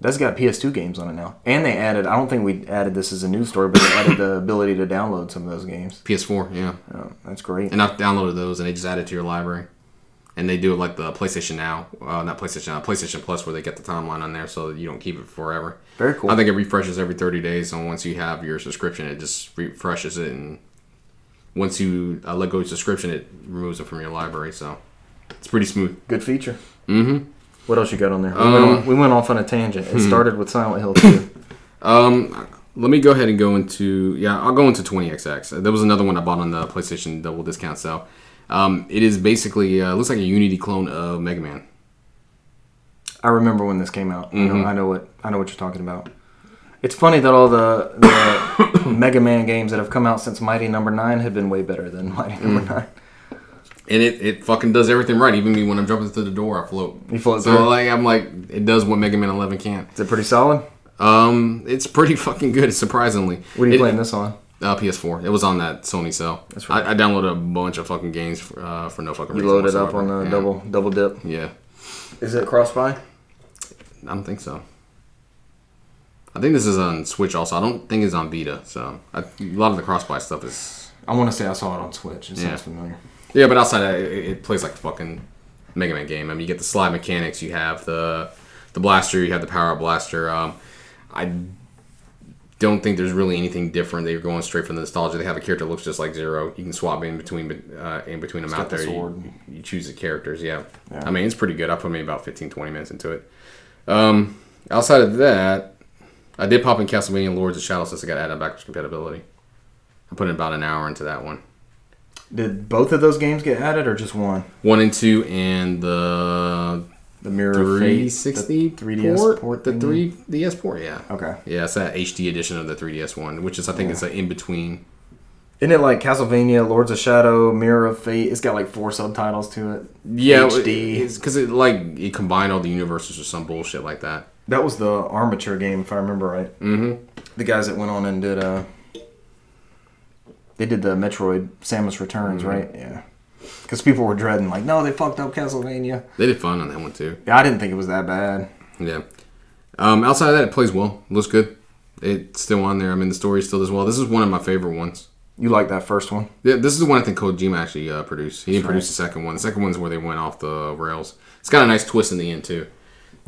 S1: That's got PS2 games on it now, and they added. I don't think we added this as a news story, but they added the ability to download some of those games.
S2: PS4, yeah,
S1: Oh, that's great.
S2: and I've downloaded those, and they just add it to your library. And they do it like the PlayStation Now, uh, not PlayStation Now, PlayStation Plus, where they get the timeline on there, so that you don't keep it forever.
S1: Very cool.
S2: I think it refreshes every 30 days, and once you have your subscription, it just refreshes it, and once you uh, let go of your subscription, it removes it from your library. So it's pretty smooth.
S1: Good feature. Mm-hmm. Um, hmm. What else you got on there? We, went, on, we went off on a tangent. It started with Silent Hill 2.
S2: Let me go ahead and go into yeah, I'll go into 20XX. Uh, There was another one I bought on the PlayStation Double Discount sale. Um, it is basically uh, looks like a Unity clone of Mega Man.
S1: I remember when this came out. You know, I know what I know what you're talking about. It's funny that all the, the Mega Man games that have come out since Mighty Number Nine have been way better than Mighty Number Nine.
S2: and it, it fucking does everything right. Even me when I'm jumping through the door, I float.
S1: You float
S2: So
S1: through.
S2: like I'm like it does what Mega Man 11 can't.
S1: Is it pretty solid?
S2: Um, it's pretty fucking good, surprisingly.
S1: What are you
S2: It-
S1: playing this on?
S2: Uh, PS4. It was on that Sony cell. That's
S1: right.
S2: I, I downloaded a bunch of fucking games for, uh, for no fucking
S1: You
S2: reason.
S1: load it up on
S2: whatsoever.
S1: the
S2: yeah.
S1: double double dip.
S2: Yeah,
S1: Is it cross buy?
S2: I don't think so. I think this is on Switch also. I don't think it's on Vita. So I, a lot of the cross buy stuff is
S1: I want to say I saw it on Switch. It
S2: Yeah.
S1: sounds familiar.
S2: Yeah, but outside that, it, it plays like a fucking Mega Man game. I mean, you get the slide mechanics, you have the the blaster, you have the power up blaster. Um, I don't think there's really anything different. They're going straight from the nostalgia. They have a character that looks just like Zero. You can swap in between uh, in between them out
S1: got the
S2: there.
S1: sword.
S2: You, you choose the characters. Yeah.
S1: Yeah.
S2: I mean, it's pretty good. I put maybe about 15, 20 minutes into it. Um, outside of that, I did pop in Castlevania Lords of Shadow since I got added backwards compatibility. I put in about an hour into that one.
S1: Did both of those games get added or just one?
S2: One and two, and the
S1: The Mirror of Fate, the
S2: 360
S1: 3DS
S2: port,
S1: port, Oh.
S2: the
S1: thingy?
S2: 3DS port, yeah.
S1: Okay.
S2: Yeah, it's that HD edition of the 3DS one, which is I think it's an in between.
S1: Isn't it like Castlevania, Lords of Shadow, Mirror of Fate? It's got like four subtitles to it.
S2: Yeah,
S1: HD.
S2: because it like it combined all the universes or some bullshit like that.
S1: That was the armature game, if I remember right. Mm-hmm. The guys that went on and did uh, they did the Metroid Samus Returns,
S2: Mm-hmm.
S1: right? Yeah, because people were dreading, like, no, they fucked up Castlevania.
S2: They did fun on that one too.
S1: Yeah, I didn't think it was that bad.
S2: Yeah. Um, outside of that, it plays well, looks good. It's still on there. I mean, the story still does well. This is one of my favorite ones.
S1: You like that first one?
S2: Yeah, this is the one I think Kojima actually uh, produced. He didn't produce the second one. The second one's where they went off the rails. It's got a nice twist in the end too.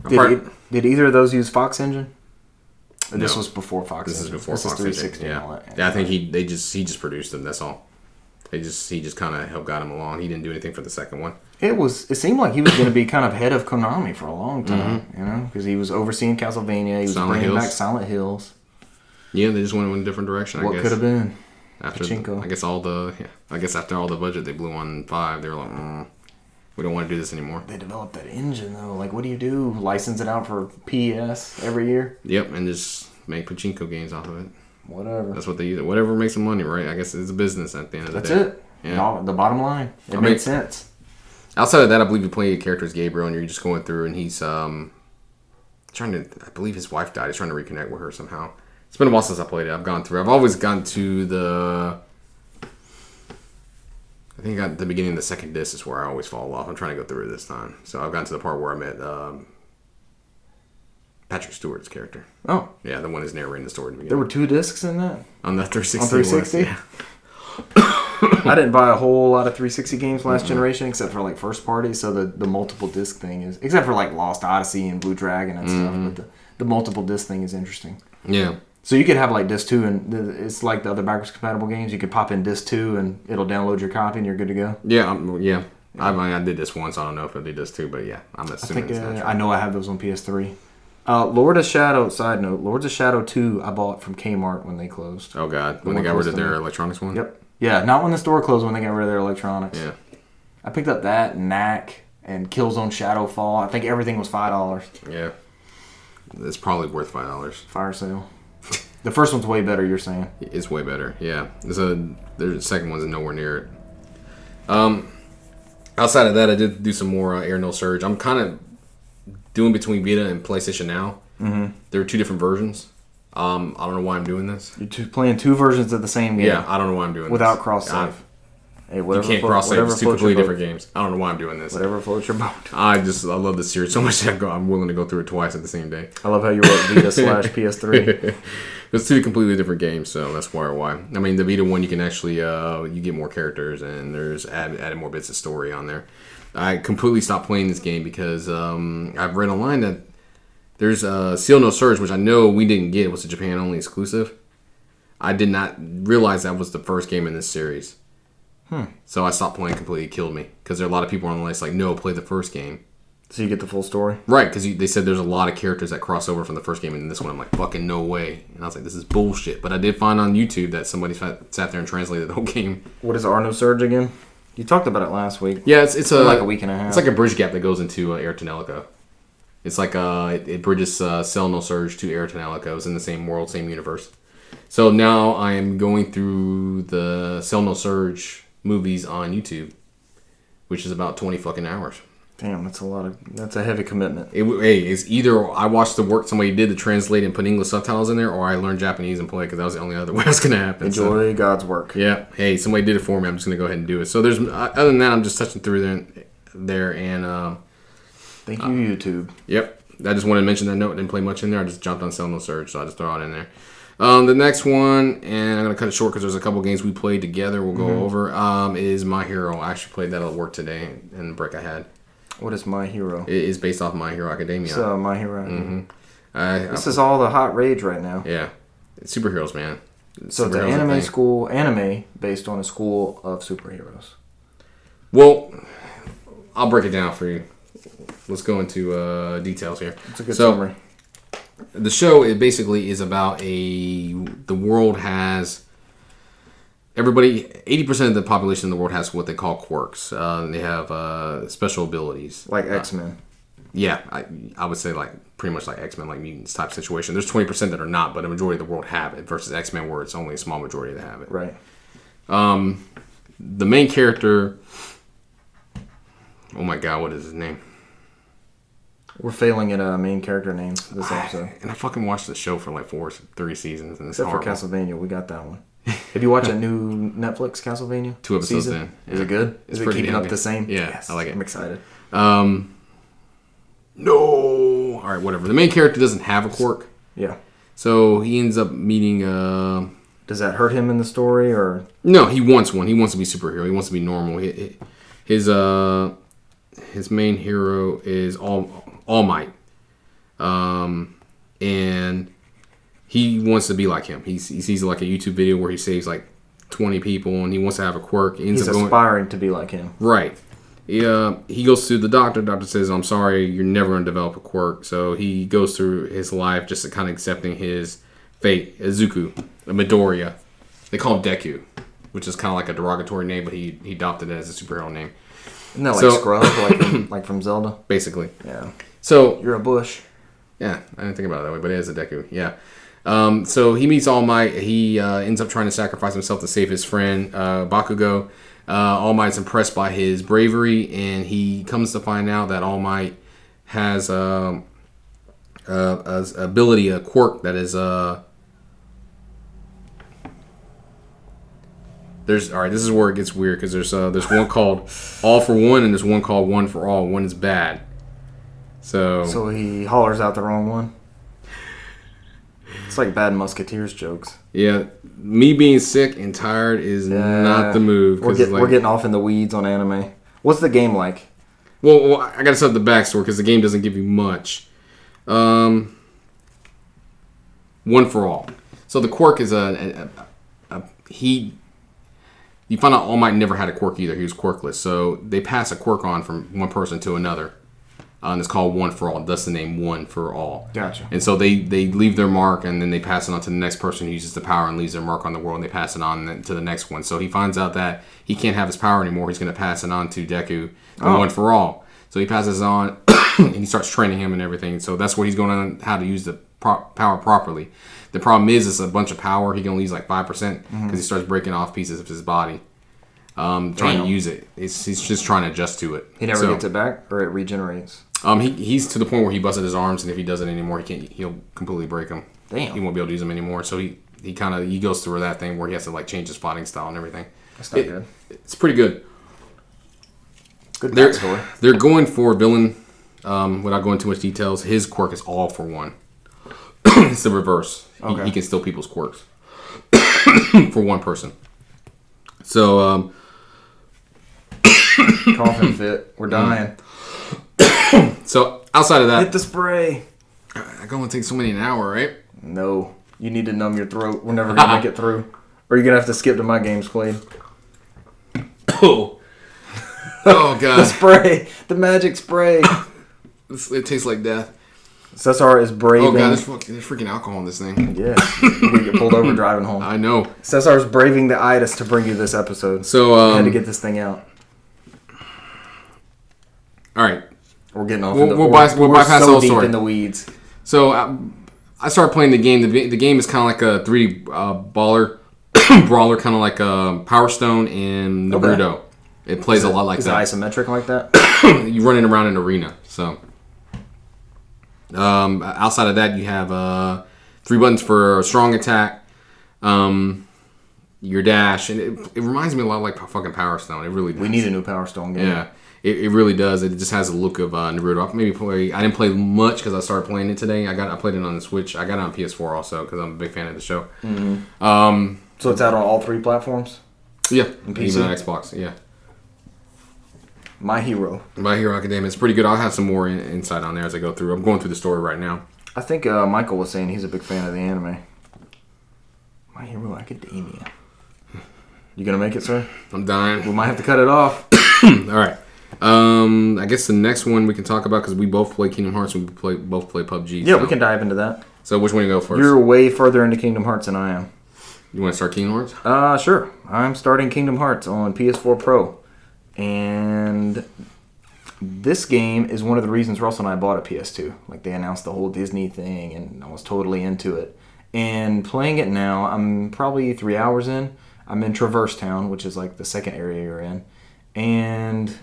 S1: Did,
S2: Apart-
S1: e- did either of those use Fox Engine? This
S2: No.
S1: was before Fox.
S2: This is
S1: Engine.
S2: before
S1: this
S2: Fox
S1: is 360
S2: Yeah.
S1: and all that.
S2: yeah, I think he they just he just produced them. That's all. They just he just kind of helped guide him along. He didn't do anything for the second one.
S1: It was. It seemed like he was going to be kind of head of Konami for a long time, you know, because he was overseeing Castlevania. He was
S2: Mm-hmm. Silent
S1: bringing
S2: Hills.
S1: back Silent Hills.
S2: Yeah, they just went in a different direction. I
S1: What
S2: guess.
S1: could have been?
S2: after
S1: Pachinko.
S2: I guess all the yeah, I guess after all the budget they blew on five, they were like, mm, we don't want to do this anymore.
S1: They developed that engine though. Like, what do you do? License it out for PS every year?
S2: Yep, and just make pachinko games off of it.
S1: Whatever.
S2: That's what they use. it. Whatever makes them money, right? I guess it's a business at the end of the
S1: That's
S2: day.
S1: it.
S2: Yeah.
S1: Dollar- The bottom line. It
S2: mean-
S1: made sense.
S2: Outside of that, I believe you play a character as Gabriel, and you're just going through, and he's um trying to. I believe his wife died. He's trying to reconnect with her somehow. It's been a while since I played it. I've gone through. I've always gone to the. I think at the beginning of the second disc is where I always fall off. I'm trying to go through it this time. So I've gotten to the part where I met um, Patrick Stewart's character.
S1: Oh,
S2: Yeah, the one who's narrating the story. At the
S1: there
S2: beginning.
S1: were two discs in that.
S2: on the 360.
S1: On
S2: one,
S1: 360?
S2: yeah.
S1: I didn't buy a whole lot of 360 games last generation, except for like first party. So the, the multiple disc thing is, except for like Lost Odyssey and Blue Dragon and
S2: Mm-hmm.
S1: stuff. But the, the multiple disc thing is interesting.
S2: Yeah.
S1: So you could have like disc two, and th- it's like the other backwards compatible games. You could pop in disc two, and it'll download your copy, and you're good to go.
S2: Yeah. um, yeah. I, I did this once. I don't know if I did this too, but yeah, I'm
S1: I
S2: assuming
S1: think
S2: it's not
S1: uh,
S2: true.
S1: I know I have those on PS3. Uh, Lord of Shadow. Side note: Lords of Shadow Two. I bought from Kmart when they closed.
S2: Oh god, when they
S1: one
S2: got rid of
S1: close to
S2: their
S1: me.
S2: electronics one.
S1: Yep. Yeah, not when the store closed. When they got rid of their electronics.
S2: Yeah.
S1: I picked up that Knack and Killzone Shadowfall. I think everything was five dollars.
S2: Yeah. It's probably worth five dollars.
S1: Fire sale. the first one's way better. You're saying?
S2: It's way better. Yeah. There's a there's the second one's nowhere near it. Um, outside of that, I did do some more uh, Air No Surge. I'm kind of doing between Vita and PlayStation now. Mm-hmm. There are two different versions. Um, I don't know why I'm doing this.
S1: You're two, playing two versions of the same game
S2: Yeah, I don't know why I'm doing
S1: without
S2: this.
S1: cross save. Hey,
S2: I,
S1: whatever
S2: you can't
S1: float-
S2: cross save.
S1: whatever
S2: It's two
S1: floats your
S2: completely
S1: boat.
S2: different games. I don't know why I'm doing this.
S1: Whatever floats your boat.
S2: I just I love this series so much that I go- I'm willing to go through it twice at the same day.
S1: I love how you wrote Vita slash PS3.
S2: it's two completely different games, so that's why or why. I mean, the Vita one you can actually uh, you get more characters and there's add, added more bits of story on there. I completely stopped playing this game because um, I've read online that there's uh, Seal No Surge, which I know we didn't get. It was a Japan only exclusive. I did not realize that was the first game in this series. So I stopped playing completely. It killed me because there are a lot of people on the list like, no, play the first game.
S1: So you get the full story.
S2: Right, because they said there's a lot of characters that cross over from the first game into this one. I'm like, fucking no way. And I was like, this is bullshit. But I did find on YouTube that somebody sat, sat there and translated the whole game.
S1: What is Arno Surge again? You talked about it last week.
S2: Yeah, it's, it's a
S1: like a week and a half.
S2: It's like a bridge gap that goes into uh, Air Tenelico. It's like uh, it, it bridges uh, Selenal Surge to Air Tenelico. It's in the same world, same universe. So now I am going through the Selenal Surge movies on YouTube, which is about 20 fucking hours.
S1: Damn, that's a lot of that's a heavy commitment.
S2: It, w- hey, it's either I watched the work somebody did to translate and put English subtitles in there, or I learned Japanese and play because that was the only other way it was gonna happen. so-
S1: Enjoy God's work.
S2: yeah. Hey, somebody did it for me. I'm just gonna go ahead and do it. So there's uh, other than that, I'm just touching through there, there and uh,
S1: Thank you, YouTube.
S2: yep. I just wanted to mention that note. Didn't play much in there. I just jumped on Selenal Surge, so I just throw it in there. Um, the next one, and I'm gonna cut it short because there's a couple games we played together. We'll go
S1: Mm-hmm.
S2: over. Um, is My Hero. I actually played that at work today and the break I had.
S1: What is my hero?
S2: It is based off My Hero Academia.
S1: So my hero.
S2: I, I-
S1: This is all the hot rage right now.
S2: Mm-hmm. Yeah, it's superheroes, man.
S1: So it's an
S2: Superheroes are
S1: anime
S2: thing.
S1: school, anime based on a school of superheroes.
S2: Well, I'll break it down for you. Let's go into uh, details here.
S1: It's a good
S2: so,
S1: summary.
S2: The show it basically is about a the world has everybody eighty percent of the population in the world has what they call quirks. Uh, they have uh, special abilities.
S1: Like X Men.
S2: yeah, I, I would say like pretty much like X Men, like mutants type situation. There's twenty percent that are not, but a majority of the world have it. Versus X Men, where it's only a small majority that have it.
S1: Right.
S2: the main character. Oh my god, what is his name?
S1: We're failing at uh, main character names this episode.
S2: And I fucking watched the show for like four, three seasons, and it's
S1: Except for
S2: horrible.
S1: Castlevania, we got that one. Have you watched that new Netflix Castlevania?
S2: Two episodes in,
S1: Is
S2: yeah.
S1: it good?
S2: It's
S1: Is it
S2: pretty
S1: keeping
S2: damn
S1: up
S2: good.
S1: the same?
S2: Yeah, I like it.
S1: I'm excited.
S2: no. All right, whatever. The main character doesn't have a quirk,
S1: Yeah.
S2: so he ends up meeting. Uh,
S1: Does that hurt him in the story or
S2: no, he wants one. He wants to be superhero. He wants to be normal. He- he- His uh, his main hero is all All Might, um, and he wants to be like him. He's, he sees like a YouTube video where he saves like 20 people and he wants to have a quirk. He ends
S1: He's
S2: up going,
S1: aspiring to be like him.
S2: Right. Yeah, he goes to the doctor. Doctor says, "I'm sorry, you're never going to develop a quirk." So he goes through his life just kind of accepting his fate. Izuku, Midoriya, they call him Deku, which is kind of like a derogatory name, but he he adopted it as a superhero name,
S1: Isn't that like
S2: So-
S1: Scrub, like, from, like from Zelda?
S2: basically.
S1: Yeah.
S2: So
S1: You're a bush.
S2: Yeah, I didn't think about it that way, but it is a Deku. Yeah. Um, so he meets All Might. He uh, ends up trying to sacrifice himself to save his friend uh, Bakugo. Uh, All Might's impressed by his bravery, and he comes to find out that All Might has um, a, a, a ability, a quirk that is. Uh, there's all right. This is where it gets weird because there's uh, there's one called All for One, and there's one called One for All. One is bad.
S1: So he hollers out the wrong one. It's like bad Musketeers jokes.
S2: Yeah, me being sick and tired is not the move.
S1: We're,
S2: 'cause,
S1: get, we're
S2: like-
S1: getting off in the weeds on anime. What's the game like?
S2: well, well, I gotta set up the backstory because the game doesn't give you much. Um, one for all. So the quirk is a, a, a, a he. You find out All Might never had a quirk either. He was quirkless, so they pass a quirk on from one person to another, uh, and it's called one for all. Thus the name one for all.
S1: Gotcha.
S2: And so they they leave their mark, and then they pass it on to the next person who uses the power and leaves their mark on the world, and they pass it on to the next one. So he finds out that he can't have his power anymore. He's going to pass it on to Deku, the
S1: Oh.
S2: one for all. So he passes it on, and he starts training him and everything. So that's what he's going to how to use the pro- power properly. The problem is, it's a bunch of power. He can only use like five percent
S1: Mm-hmm.
S2: because he starts breaking off pieces of his body, um, trying
S1: Damn.
S2: to use it. He's, he's just trying to adjust to it.
S1: He never
S2: So-
S1: gets it back, or it regenerates.
S2: um, he, he's to the point where he busted his arms, and if he does it anymore, he can't. He'll completely break them.
S1: Damn.
S2: He won't be able to use them anymore. So he he kind of he goes through that thing where he has to like change his fighting style and everything.
S1: That's not
S2: It-
S1: good.
S2: It's pretty good.
S1: Good
S2: They're
S1: backstory.
S2: they're going for villain. Um, without going too much details, his quirk is all for one. it's the reverse. He,
S1: Okay.
S2: he can steal people's quirks for one person. So um,
S1: Coughing fit.
S2: Mm.
S1: We're dying.
S2: so outside of that,
S1: Hit the spray.
S2: I can only take so many an hour, right?
S1: No. You need to numb your throat. We're never going to make it through. Or you're going to have to skip to my games played.
S2: Oh, oh
S1: The
S2: god,
S1: spray. The magic spray.
S2: This- it tastes like death.
S1: Cesar is braving.
S2: Oh god, there's, fuck- there's freaking alcohol in this thing.
S1: yes. You're going to get pulled over driving home.
S2: I know.
S1: Cesar is braving the itis to bring you this episode.
S2: So
S1: I had to
S2: um,
S1: get this thing out.
S2: all right.
S1: We're getting off.
S2: We'll-
S1: in the,
S2: we'll
S1: we're-
S2: bypass- we'll
S1: we're
S2: bypass
S1: so
S2: the whole
S1: deep
S2: story.
S1: in the weeds.
S2: So I, I started playing the game. The, ga- the game is kind of like a 3D uh, baller brawler, kind of like um, Power Stone and
S1: Okay.
S2: Naruto. It plays a lot like
S1: Is
S2: that.
S1: it isometric like that?
S2: you running around an arena. So, um, outside of that, you have uh, three buttons for a strong attack, um, your dash, and it, it reminds me a lot like fucking Power Stone. It really
S1: we need a new Power Stone game.
S2: Yeah, it, it really does. It just has a look of uh, Naruto. I maybe play. I didn't play much because I started playing it today. I got I played it on the Switch. I got it on PS4 also because I'm a big fan of the show.
S1: Mm-hmm.
S2: Um,
S1: So it's out on all three platforms.
S2: yeah,
S1: PC?
S2: even on Xbox. Yeah,
S1: My Hero.
S2: My Hero Academia is pretty good. I'll have some more in, insight on there as I go through. I'm going through the story right now.
S1: I think uh, Michael was saying he's a big fan of the anime. My Hero Academia. You gonna make it, sir?
S2: I'm dying.
S1: We might have to cut it off.
S2: All right. Um, I guess the next one we can talk about because we both play Kingdom Hearts and we play both play PUBG.
S1: Yeah,
S2: so.
S1: we can dive into that.
S2: So which one you go 1st
S1: You're way further into Kingdom Hearts than I am.
S2: you want to start Kingdom Hearts?
S1: Uh, sure. I'm starting Kingdom Hearts on PS4 Pro. And this game is one of the reasons Russell and I bought a PS2. Like, they announced the whole Disney thing, and I was totally into it. And playing it now, I'm probably three hours in. I'm in Traverse Town, which is like the second area you're in. And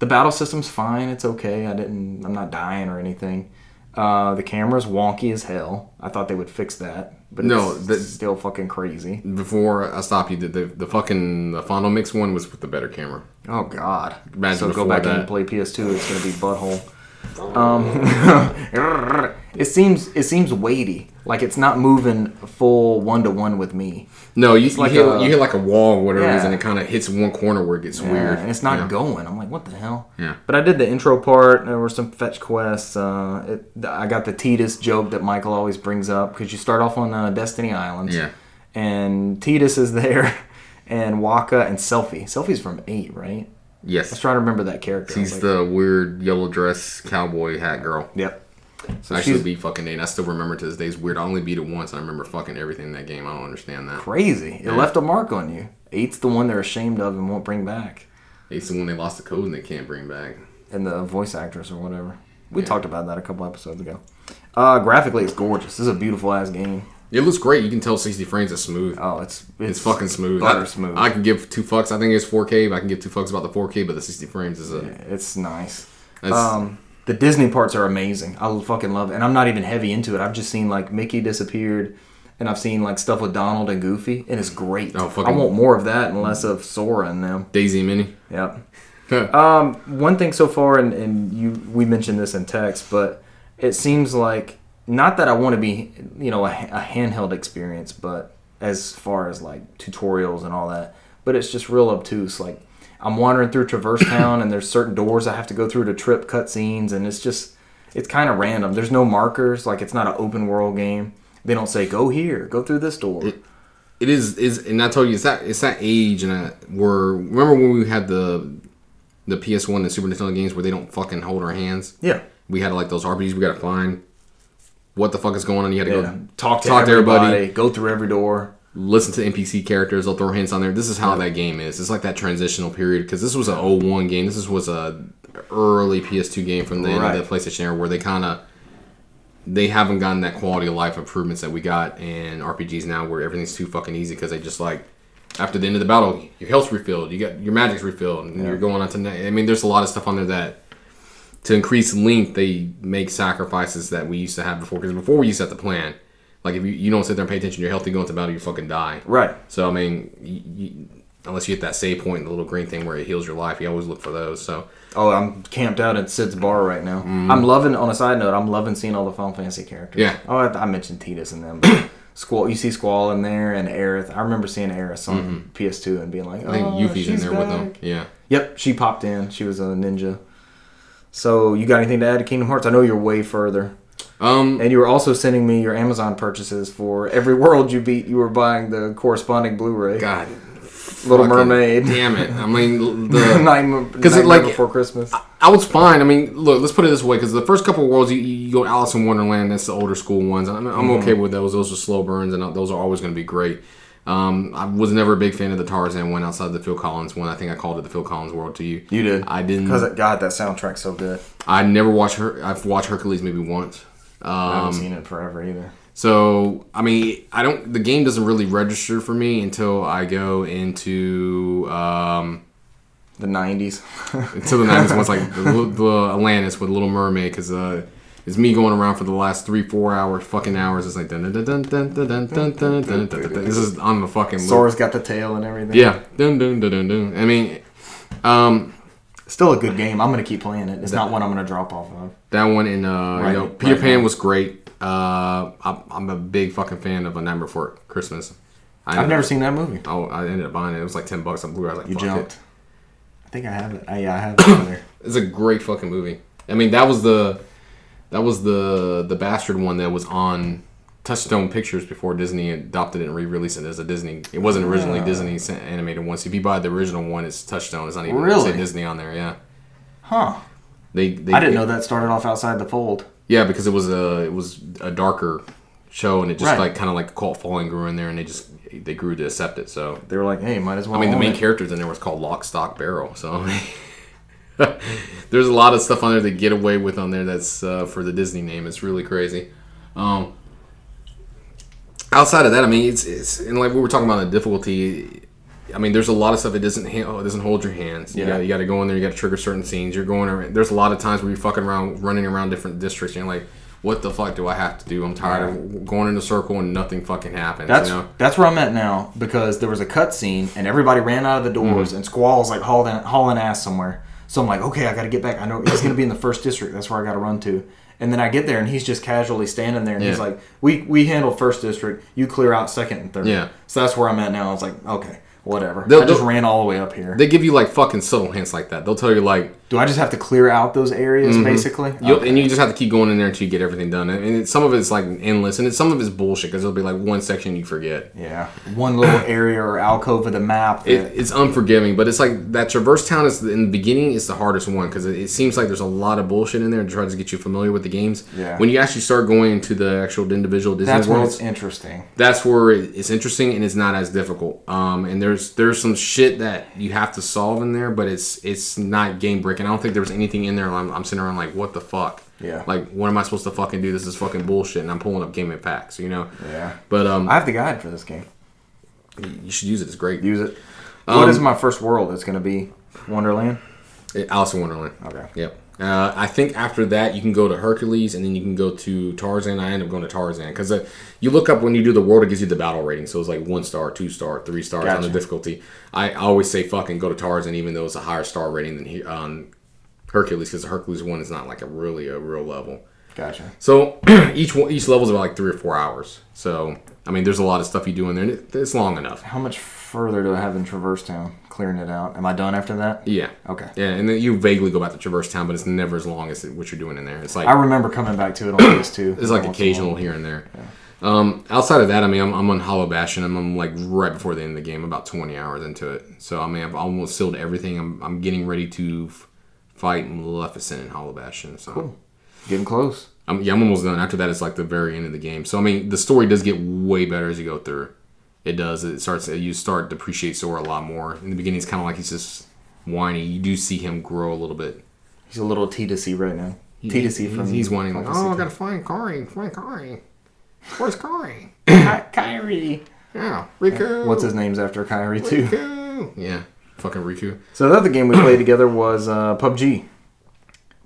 S1: the battle system's fine. It's okay. I didn't, I'm not dying or anything. Uh, the camera's wonky as hell. I thought they would fix that, but
S2: No,
S1: it's
S2: the-
S1: still fucking crazy.
S2: Before I stop you, the, the, the fucking the Fondle Mix one was with the better camera.
S1: Oh God!
S2: Imagine
S1: so go
S2: before
S1: back
S2: that.
S1: and play PS2. It's gonna be butthole. Um, it seems it seems weighty, like it's not moving full one to one with me.
S2: No, you, you,
S1: like
S2: hit,
S1: a-
S2: you hit like a wall or whatever it is,
S1: Yeah.
S2: and it kind of hits one corner where it gets
S1: Weird,
S2: weird.
S1: and it's not
S2: yeah.
S1: going. I'm like, what the hell?
S2: Yeah.
S1: But I did the intro part. There were some fetch quests. Uh, it, I got the Titus joke that Michael always brings up because you start off on uh, Destiny Islands.
S2: Yeah.
S1: And Titus is there, and Waka and Selfie. Selfie's from eight, right? I was
S2: Yes,
S1: trying to remember that character. I was
S2: he's
S1: like,
S2: the weird yellow dress cowboy hat girl.
S1: Yep. So
S2: I actually
S1: she's
S2: beat fucking eight. and I still remember to this day. It's weird. I only beat it once, and I remember fucking everything in that game. I don't understand that.
S1: crazy. It left a mark on you. Eight's the one they're ashamed of and won't bring back.
S2: It's the one they lost the code and they can't bring back.
S1: and the voice actress or whatever. We talked about that a couple episodes ago. Uh, graphically, it's gorgeous. This is a beautiful ass game.
S2: It looks great. You can tell 60 frames is smooth.
S1: Oh, it's
S2: It's fucking smooth.
S1: butter
S2: I,
S1: smooth.
S2: I can give two fucks. I think it's 4K, but I can give two fucks about the 4K. But the 60 frames is a.
S1: it's nice.
S2: That's,
S1: Um, the Disney parts are amazing. I fucking love it, and I'm not even heavy into it. I've just seen like Mickey disappeared, and I've seen like stuff with Donald and Goofy, and it's great.
S2: Oh, fucking-
S1: I want more of that and less of Sora and them.
S2: Daisy Mini.
S1: Yep. Um, one thing so far, and, and you we mentioned this in text, but it seems like not that I want to be, you know, a, a handheld experience, but as far as like tutorials and all that, but it's just real obtuse. Like I'm wandering through Traverse Town, and there's certain doors I have to go through to trip cutscenes, and it's just it's kind of random. There's no markers. Like it's not an open world game. They don't say go here, go through this door.
S2: it is is and I told you it's that it's that age and I, where remember when we had the the PS1 and Super Nintendo games where they don't fucking hold our hands.
S1: yeah.
S2: We had like those RPGs. We got to find what the fuck is going on. You had to
S1: Yeah.
S2: go
S1: Talk to
S2: talk to
S1: everybody.
S2: everybody.
S1: Go through every door.
S2: Listen to NPC characters. They'll throw hints on there. This is how that game is. It's like that transitional period because this was an 01 game. This is, was a early PS2 game from the end
S1: Right.
S2: of the PlayStation era where they kind of they haven't gotten that quality of life improvements that we got in RPGs now, where everything's too fucking easy because they just like after the end of the battle, your health's refilled, you got your magic's refilled, and you're going on to. Ne- I mean, there's a lot of stuff on there that to increase length, they make sacrifices that we used to have before. Because before we used to have to plan, like if you, you don't sit there and pay attention, to your health, you go into battle, you fucking die.
S1: Right.
S2: So I mean, you, you, unless you hit that save point, the little green thing where it heals your life, you always look for those. So
S1: Oh, I'm camped out at Sid's bar right now. I'm loving. On a side note, I'm loving seeing all the Final Fantasy characters.
S2: Mm-hmm. Yeah.
S1: Oh, I, I mentioned Titus and them. but Squall. You see Squall in there and Aerith. I remember seeing Aerith on PS2 and being like, oh,
S2: Mm-hmm. I think Yuffie's in
S1: she's
S2: there with
S1: back."
S2: them. Yeah.
S1: Yep, she popped in. She was a ninja. So you got anything to add to Kingdom Hearts? I know you're way further,
S2: Um,
S1: and you were also sending me your Amazon purchases for every world you beat. You were buying the corresponding Blu-ray,
S2: God,
S1: Little
S2: fucking
S1: Mermaid,
S2: Damn it! I mean, the,
S1: Nightmare,
S2: it,
S1: Nightmare
S2: like-
S1: Before Christmas.
S2: I was fine. I mean, look, let's put it this way: because the first couple of worlds, you, you go Alice in Wonderland. That's the older school ones. I'm, I'm
S1: Mm-hmm.
S2: okay with those. Those are slow burns, and uh, those are always going to be great. Um, I was never a big fan of the Tarzan one outside the Phil Collins one. I think I called it the Phil Collins world to you.
S1: You did.
S2: I didn't.
S1: Because God, that soundtrack's so good.
S2: I never watched her. I've watched Hercules maybe once. Um,
S1: I haven't seen it forever either.
S2: So I mean, I don't. The game doesn't really register for me until I go into um,
S1: The nineties.
S2: to the nineties once like the, the Atlantis with Little Mermaid because uh, it's me going around for the last three four hours fucking hours. It's like dun dun dun dun dun dun dun dun dun dun dun. This is on the fucking loop.
S1: Sora's got the tail and everything.
S2: Yeah, dun dun dun dun dun. I mean, um,
S1: Still a good game. I'm gonna keep playing it. It's not one I'm gonna drop off of.
S2: that one in uh, you
S1: Right,
S2: know, Peter
S1: right.
S2: Pan was great. Uh, I'm, I'm a big fucking fan of A Nightmare Before Christmas. I
S1: I've
S2: ended-
S1: never seen that movie.
S2: Oh, I ended up buying it. It was like ten bucks on Blu-ray. I was like,
S1: You
S2: fuck
S1: jumped.
S2: it.
S1: I think I have it. I, yeah, I have it over there.
S2: It's a great fucking movie. I mean, that was the that was the the bastard one that was on Touchstone Pictures before Disney adopted it and re-released it as a Disney. It wasn't originally Disney sa- animated one. So if you buy the original one, it's Touchstone. It's not even really?
S1: Really?
S2: Disney on there. Yeah,
S1: Huh.
S2: they. they
S1: I didn't know that started off outside the fold.
S2: Yeah, because it was a it was a darker show, and it just
S1: Right.
S2: like kind of like cult following grew in there, and they just they grew to accept it. So
S1: They were like, hey, might as well.
S2: I mean, the
S1: own
S2: main
S1: it.
S2: characters in there was called Lock, Stock, Barrel. So there's a lot of stuff on there to get away with on there that's uh, for the Disney name. It's really crazy. Um, outside of that, I mean, it's it's and like we were talking about the difficulty. I mean, there's a lot of stuff that doesn't ha- oh, doesn't hold your hands. You
S1: Yeah.
S2: got you got to go in there. You got to trigger certain scenes. You're going around. There's a lot of times where you're fucking around, running around different districts. And you're like, what the fuck do I have to do? I'm tired of going in a circle and nothing fucking happens.
S1: That's
S2: you know?
S1: that's where I'm at now
S2: Mm-hmm.
S1: because there was a cutscene and everybody ran out of the doors and Squall's like hauling hauling ass somewhere. So I'm like, okay, I got to get back. I know he's going to be in the first district. That's where I got to run to. And then I get there, and he's just casually standing there, and he's
S2: Yeah.
S1: like, "We we handle first district. You clear out second and third.
S2: Yeah.
S1: So that's where I'm at now. I was like, okay, whatever.
S2: They'll-
S1: I just
S2: they'll-
S1: ran all the way up here.
S2: They give you like fucking subtle hints like that. They'll tell you like
S1: Do I just have to clear out those areas basically?
S2: Mm-hmm.
S1: Uh,
S2: You'll,
S1: Okay.
S2: And you just have to keep going in there until you get everything done. And it, some of it's like endless, and it's, some of it's bullshit because there'll be like one section you forget.
S1: Yeah, one little area or alcove of the map. That,
S2: It, It's unforgiving, but it's like that Traverse Town is in the beginning is the hardest one because it, it seems like there's a lot of bullshit in there to try to get you familiar with the games.
S1: Yeah.
S2: When you actually start going into the actual individual Disney
S1: that's when
S2: worlds,
S1: it's interesting.
S2: that's where it- it's interesting and it's not as difficult. Um, and there's there's some shit that you have to solve in there, but it's it's not game breaking. I don't think there was anything in there. I'm, I'm sitting around like, what the fuck?
S1: Yeah.
S2: Like, what am I supposed to fucking do? This is fucking bullshit. And I'm pulling up game impacts, you know.
S1: Yeah.
S2: But um,
S1: I have the guide for this game.
S2: you should use it. It's great.
S1: Use it. what
S2: Um,
S1: is my first world? It's going to be Wonderland.
S2: It- Alice in Wonderland.
S1: Okay.
S2: Yep. Uh, I think after that you can go to Hercules and then you can go to Tarzan. I end up going to Tarzan because uh, you look up when you do the world, it gives you the battle rating. So it's like one star, two star, three stars on the
S1: Gotcha.
S2: difficulty. I always say fucking go to Tarzan, even though it's a higher star rating than he, um, Hercules because Hercules one is not like a really a real level.
S1: Gotcha.
S2: So each one, each level is about like three or four hours. So I mean, there's a lot of stuff you do in there, and it, it's long enough.
S1: How much further do I have in Traverse Town? Clearing it out. Am I done after that?
S2: Yeah.
S1: Okay.
S2: Yeah, and then you vaguely go back to Traverse Town, but it's never as long as what you're doing in there. It's like
S1: I remember coming back to it on this too.
S2: It's like occasional here and there. Um, outside of that, I mean, I'm, I'm on Hollow Bash and I'm, I'm, like right before the end of the game, about 20 hours into it. So I mean, I've almost sealed everything. I'm, I'm getting ready to f- fight Maleficent in Hollow Bastion. So
S1: Getting close.
S2: I'm, yeah, I'm almost done. After that, it's like the very end of the game. So I mean, the story does get way better as you go through. It does. It starts. You start to appreciate Sora a lot more. In the beginning, it's kind of like he's just whiny. You do see him grow a little bit.
S1: He's a little T to C right now. T to C
S2: He's-
S1: from
S2: he's whining like,
S1: Fantasy
S2: oh, I gotta find Kari. Find Kari. Where's Kari?
S1: Ky- Kyrie.
S2: Yeah, Riku.
S1: What's his name's after Kyrie too?
S2: Riku. Yeah, fucking Riku.
S1: So the other game we played together was uh, PUBG.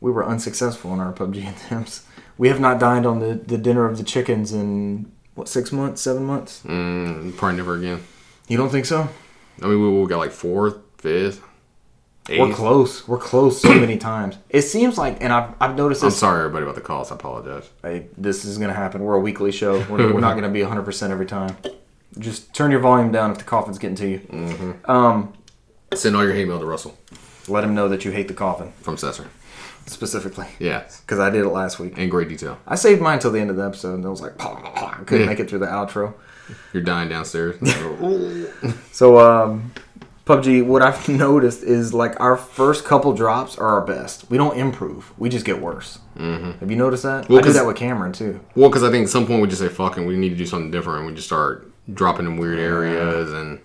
S1: We were unsuccessful in our PUBG attempts. We have not dined on the, the dinner of the chickens in what six months, seven months.
S2: Mm, probably never again.
S1: You don't think so?
S2: I mean, we, we got like fourth, fifth,
S1: We're
S2: eighth.
S1: close. We're close so many times. It seems like, and I've, I've noticed
S2: I'm
S1: this.
S2: sorry, everybody, about the calls. I apologize.
S1: Hey, this is gonna happen. We're a weekly show. We're, we're not gonna be 100 percent every time. Just turn your volume down if the coffin's getting to you.
S2: Mm.
S1: Um,
S2: Send all your hate mail to Russell
S1: let him know that you hate the coffin
S2: from Cesar.
S1: specifically
S2: Yeah,
S1: because I did it last week.
S2: in great detail.
S1: I saved mine till the end of the episode, and I was like, I couldn't
S2: Yeah.
S1: make it through the outro.
S2: You're dying downstairs.
S1: So, um, PUBG, what I've noticed is like our first couple drops are our best. We don't improve, we just get worse. Mm-hmm. Have you noticed that? I do
S2: 'cause-
S1: that with Cameron too.
S2: well, because I think at some point we just say fucking. We need to do something different. and We just start dropping in weird areas and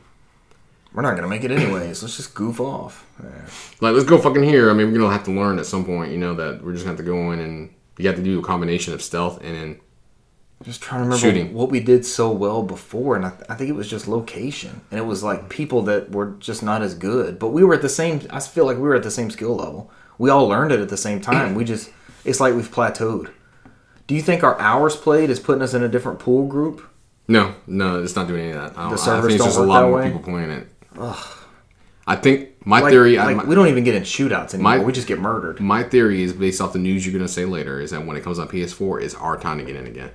S1: We're not gonna make it anyways. Let's just goof off. Yeah.
S2: like let's go fucking here. I mean, we're gonna have to learn at some point. You know that we're just gonna have to go in and you have to do a combination of stealth and then
S1: Just trying to remember
S2: Shooting.
S1: what we did so well before, and I, I think it was just location, and it was like people that were just not as good. But we were at the same. I feel like we were at the same skill level. We all learned it at the same time. We just it's like we've plateaued. Do you think our hours played is putting us in a different pool group?
S2: No, no, it's not doing any of that. I don't, I
S1: servers
S2: think it's
S1: don't
S2: just a
S1: work
S2: lot
S1: that
S2: more
S1: way?
S2: people playing it. I think my
S1: Like,
S2: theory, Mm. I,
S1: like
S2: my,
S1: we don't even get in shootouts anymore.
S2: My-
S1: we just get murdered.
S2: my theory is based off the news you're gonna say later is that when it comes on PS4, it's our time to get in again.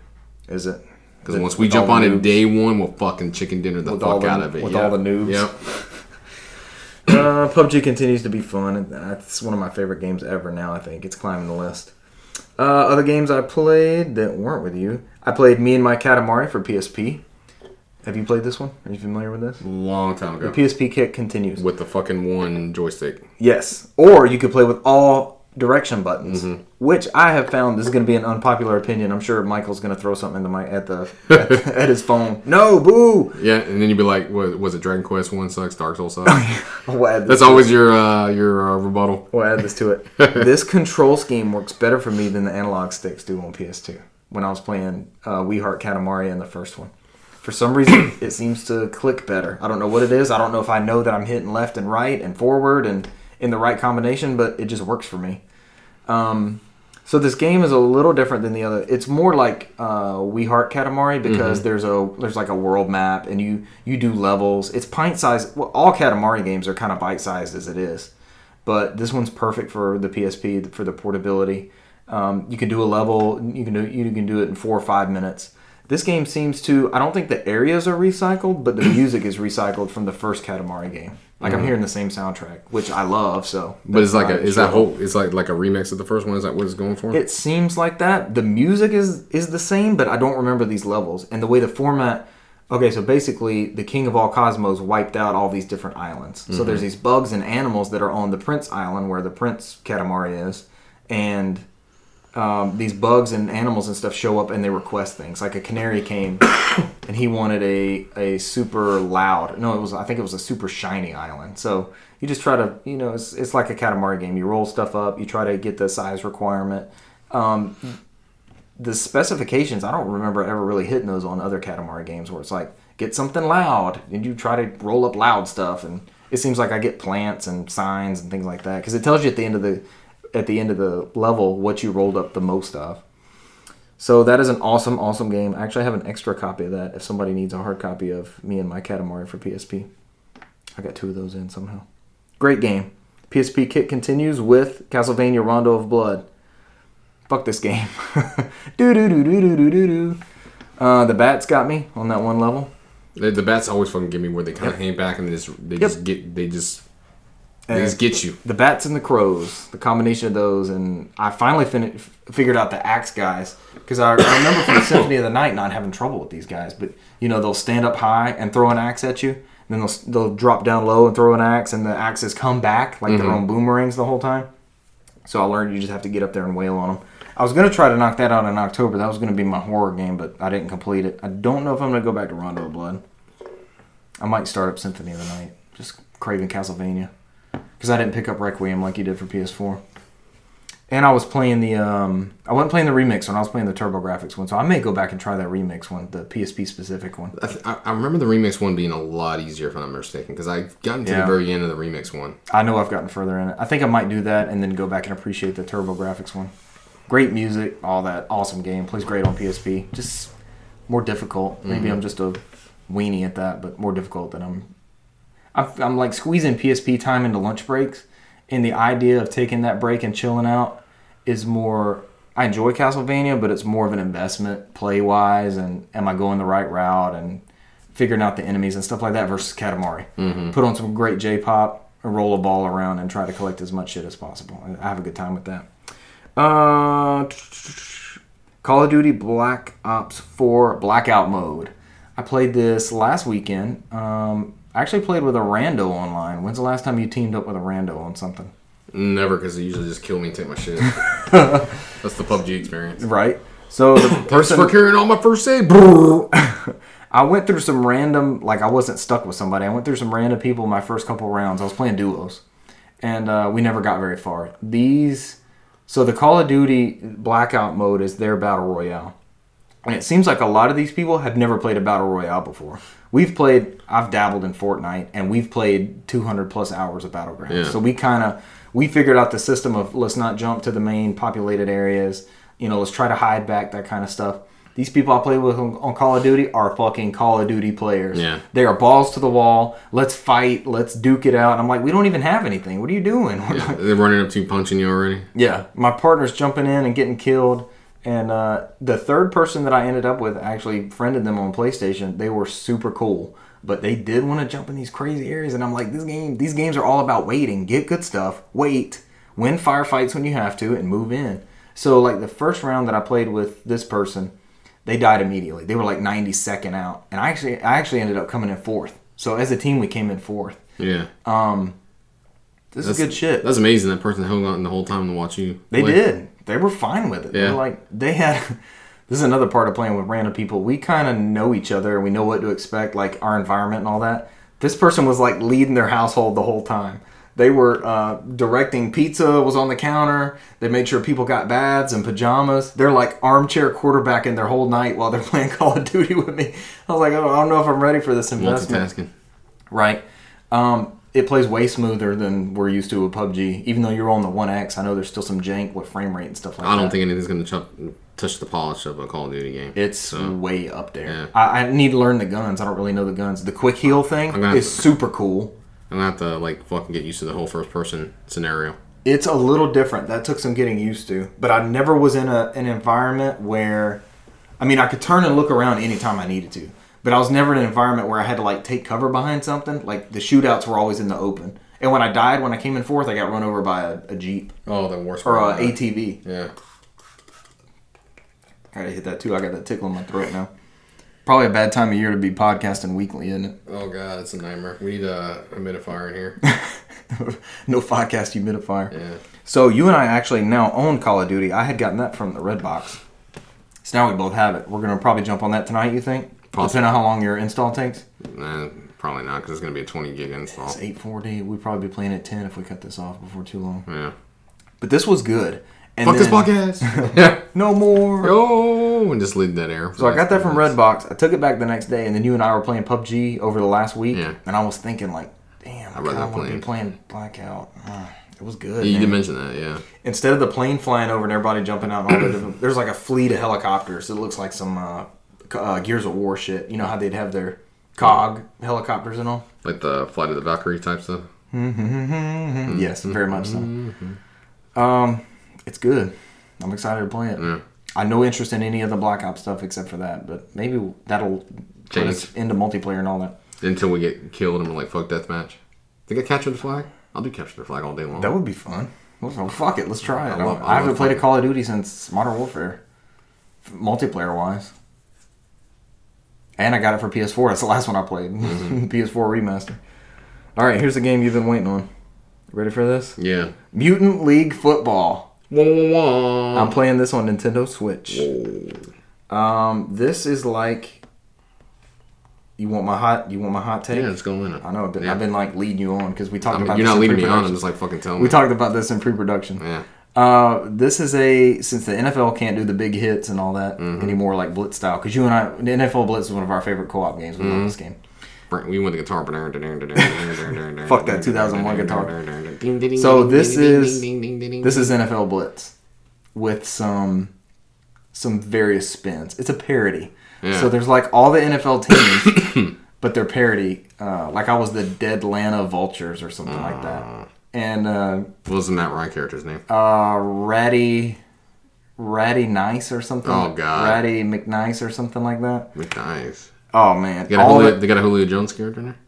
S1: Is it?
S2: Because once we
S1: with
S2: jump
S1: all
S2: on
S1: the
S2: it
S1: noobs.
S2: day one, we'll fucking chicken dinner the
S1: With all
S2: fuck
S1: the-
S2: out of it.
S1: with
S2: yeah.
S1: all the noobs.
S2: Yep.
S1: Uh, PUBG continues to be fun, and that's one of my favorite games ever. Now I think it's climbing the list. Uh, other games I played that weren't with you, I played Me and My Katamari for PSP. Have you played this one? Are you familiar with this?
S2: Long time ago.
S1: PSP kick continues.
S2: With the fucking one joystick.
S1: Yes, or you could play with all direction buttons, which I have found this is going to be an unpopular opinion. I'm sure Michael's going to throw something into my at the at, at his phone. No, boo!
S2: Yeah, and then you'd be like, what, was it Dragon Quest 1 sucks, Dark Souls
S1: Oh,
S2: sucks?
S1: We'll add this
S2: That's always your uh, your uh, rebuttal.
S1: We'll add this to it. this control scheme works better for me than the analog sticks do on PS2. When I was playing uh, We Heart Katamari in the first one, for some reason it seems to click better. I don't know what it is. I don't know if I know that I'm hitting left and right and forward and in the right combination, but it just works for me. So this game is a little different than the other. It's more like uh, We Heart Katamari because
S2: Mm-hmm.
S1: there's a there's like a world map and you you do levels. It's pint sized. Well, all Katamari games are kind of bite sized as it is, but this one's perfect for the PSP for the portability. Um, you can do a level. You can do you can do it in four or five minutes. This game seems to. I don't think the areas are recycled, but the music is recycled from the first Katamari game. Like I'm hearing the same soundtrack, which I love. So,
S2: Mm-hmm. But it's
S1: that's
S2: like
S1: not
S2: a is
S1: struggle.
S2: that whole it's like like a remix of the first one. Is that what it's going for?
S1: It seems like that. The music is is the same, but I don't remember these levels and the way the format. Okay, so basically, the King of All Cosmos wiped out all these different islands. So there's these bugs and animals that are on the Prince Island where the Prince Katamari is, and um, these bugs and animals and stuff show up and they request things. Like a canary came and he wanted a a super loud. No, it was I think it was a super shiny island. So you just try to you know it's it's like a Katamari game. You roll stuff up. You try to get the size requirement. Um, the specifications I don't remember ever really hitting those on other Katamari games where it's like get something loud and you try to roll up loud stuff and it seems like I get plants and signs and things like that because it tells you at the end of the at the end of the level what you rolled up the most of. So that is an awesome, awesome game. I actually have an extra copy of that if somebody needs a hard copy of me and my Katamari for PSP. I got two of those in somehow. Great game. PSP kit continues with Castlevania Rondo of Blood. Fuck this game. do do do do do do do do. Uh, the bats got me on that one level.
S2: The, the bats always fucking get me where they kind of hang back and they just they just get they just they
S1: And-
S2: just get you.
S1: the bats and the crows, the combination of those, and I finally fin- figured out the axe guys because I, I remember from Symphony of the Night not having trouble with these guys. But you know they'll stand up high and throw an axe at you, and then they'll s- they'll drop down low and throw an axe, and the axes come back like they're on boomerangs the whole time. So I learned you just have to get up there and wail on them. I was gonna try to knock that out in October. That was gonna be my horror game, but I didn't complete it. I don't know if I'm gonna go back to Rondo of Blood. I might start up Symphony of the Night. Just craving Castlevania because I didn't pick up Requiem like you did for PS4. And I was playing the um, I wasn't playing the remix one. I was playing the Turbo Graphics one, so I may go back and try that remix one, the PSP specific one.
S2: I, th- I I remember the remix one being a lot easier if I'm not mistaken because I've gotten to
S1: Yeah.
S2: the very end of the remix one.
S1: I know I've gotten further in it. I think I might do that and then go back and appreciate the Turbo Graphics one. Great music, all that awesome game. Plays great on PSP. Just more difficult. Maybe I'm just a weenie at that, but more difficult than I'm. I'm, I'm like squeezing PSP time into lunch breaks, and the idea of taking that break and chilling out is more. I enjoy Castlevania, but it's more of an investment play wise, and am I going the right route and figuring out the enemies and stuff like that versus Katamari. Put on some great J pop and roll a ball around and try to collect as much shit as possible. I- I have a good time with that. Uh, Call of Duty Black Ops 4 Blackout Mode. I played this last weekend. Um, I actually played with a rando online. When's the last time you teamed up with a rando on something?
S2: Never because they usually just kill me and take my shit. That's the PUBG experience.
S1: Right. So the
S2: Person
S1: person
S2: for carrying all my first aid. bro.
S1: I went through some random, like I wasn't stuck with somebody. I went through some random people my first couple rounds. I was playing duos, and uh, we never got very far. These, so the Call of Duty Blackout mode is their battle royale, and it seems like a lot of these people have never played a battle royale before. We've played, I've dabbled in Fortnite, and we've played 200 plus hours of Battlegrounds.
S2: Yeah.
S1: So we kind of we figured out the system of let's not jump to the main populated areas. You know, let's try to hide back that kind of stuff. These people I play with on, on Call of Duty are fucking Call of Duty players.
S2: Yeah.
S1: They are balls to the wall. Let's fight. Let's duke it out. And I'm like, we don't even have anything. What are you doing? We're not-
S2: They're running up to you, punching you already.
S1: yeah, my partner's jumping in and getting killed. And uh, the third person that I ended up with I actually friended them on PlayStation. They were super cool, but they did want to jump in these crazy areas. And I'm like, this game, these games are all about waiting, get good stuff, wait, win firefights when you have to, and move in. So like the first round that I played with this person, they died immediately. They were like 92nd out, and I actually I actually ended up coming in fourth. So as a team, we came in fourth.
S2: Yeah,
S1: Uh, This
S2: That's-
S1: is good shit.
S2: that's amazing. That person held on the whole time to watch you.
S1: They
S2: play.
S1: did. They were fine with it. They
S2: Yeah.
S1: were like they had. This is another part of playing with random people. We kind of know each other. We know what to expect, like our environment and all that. This person was like leading their household the whole time. They were uh, directing pizza was on the counter. They made sure people got baths and pajamas. They're like armchair quarterbacking their whole night while they're playing Call of Duty with me. I was like, oh, I don't know if I'm ready for this investment
S2: multitasking.
S1: right? Um, it plays way smoother than we're used to with PUBG. Even though you're on the One X, I know there's still some jank with frame rate and stuff like that.
S2: I don't think anything's gonna chop, touch the polish of a Call of Duty game.
S1: it's way up there.
S2: yeah.
S1: I, I need to learn the guns. I don't really know the guns. The quick heal thing
S2: gonna-
S1: is super cool.
S2: I'm gonna have to like fucking get used to the whole first person scenario.
S1: It's a little different. That took some getting used to, but I never was in a, an environment where, I mean, I could turn and look around anytime I needed to, but I was never in an environment where I had to like take cover behind something. Like the shootouts were always in the open, and when I died, when I came in fourth, I got run over by a, a jeep
S2: Oh, the worst.
S1: or uh, a
S2: part.
S1: ATV.
S2: Yeah.
S1: I already hit that too. I got that tickle in my throat now. Probably a bad time of year to be podcasting weekly, isn't it?
S2: Oh god, it's a nightmare. We need a humidifier in here.
S1: no podcast humidifier.
S2: Yeah.
S1: So you and I actually now own Call of Duty. I had gotten that from the Red Box. So now we both have it. We're gonna probably jump on that tonight. You think?
S2: Possibly.
S1: Depending on how long your install takes.
S2: Nah, probably not because it's gonna be a 20 gig install.
S1: It's eight forty. We'd probably be playing at ten if we cut this off before too long.
S2: Yeah.
S1: But this was good. And
S2: Fuck this
S1: then-
S2: podcast. yeah.
S1: No more.
S2: Oh, and just leave that air.
S1: So I got that from Redbox. I took it back the next day, and then you and I were playing PUBG over the last week.
S2: Yeah.
S1: And I was thinking like, damn, I,
S2: rather
S1: kind of want to
S2: play-
S1: be playing Blackout. Uh, it was good.
S2: You
S1: man.
S2: did mention that, yeah.
S1: instead of the plane flying over and everybody jumping out, and all the different, there's like a fleet of helicopters. It looks like some uh, c- uh, Gears of War shit. You know how they'd have their cog helicopters and all.
S2: Like the flight of the Valkyrie type stuff.
S1: Mm-hmm, Yes, very much so. Um, it's good. I'm excited to play it. I have no interest in any of the Black Ops stuff except for that, but maybe that'll put us
S2: Change.
S1: into multiplayer and all that.
S2: Until we get killed and we're like, fuck deathmatch. Think I capture the flag? I'll do capture the flag all day long.
S1: That would be fun. Let's- well, fuck it, let's try it. I,
S2: love- I
S1: haven't
S2: love
S1: played
S2: fucking-
S1: a Call of Duty since Modern Warfare, f- multiplayer wise. And I got it for PS4. That's the last one I played.
S2: Mm-hmm.
S1: PS4 remaster. All right, here's the game you've been waiting on. Ready for this?
S2: yeah.
S1: Mutant League Football.
S2: Wah, wah, wah.
S1: I'm playing this on Nintendo Switch. Um, this is like. You want my hot? You want my hot take?
S2: Yeah, it's going in.
S1: I know. I've been,
S2: Yeah.
S1: I've been like leading you on because we talked
S2: I mean,
S1: about.
S2: you're
S1: this
S2: not
S1: in
S2: leading me on.
S1: pre-production.
S2: I'm just like fucking telling
S1: We
S2: me.
S1: talked about this in pre-production.
S2: yeah.
S1: Uh, this is a since the NFL can't do the big hits and all that
S2: Mm-hmm.
S1: anymore, like blitz style. Because you and I, the NFL blitz is one of our favorite co-op games. We love this
S2: Mm-hmm.
S1: game.
S2: Brent, We went the guitar. Fuck
S1: Fuck that 2001 guitar. So this is- This is NFL blitz with some some various spins. It's a parody.
S2: Yeah.
S1: So there's like all the NFL teams, but they're parody. Uh, like I was the Deadlanta Vultures or something like that, and uh,
S2: What was the Matt Ryan character's name?
S1: uh, Ratty Ratty Nice or something.
S2: Oh, God.
S1: Ratty McNice or something like that.
S2: McNice.
S1: Oh man,
S2: They got, a
S1: all
S2: Julio,
S1: that
S2: they got a Julio Jones character in there?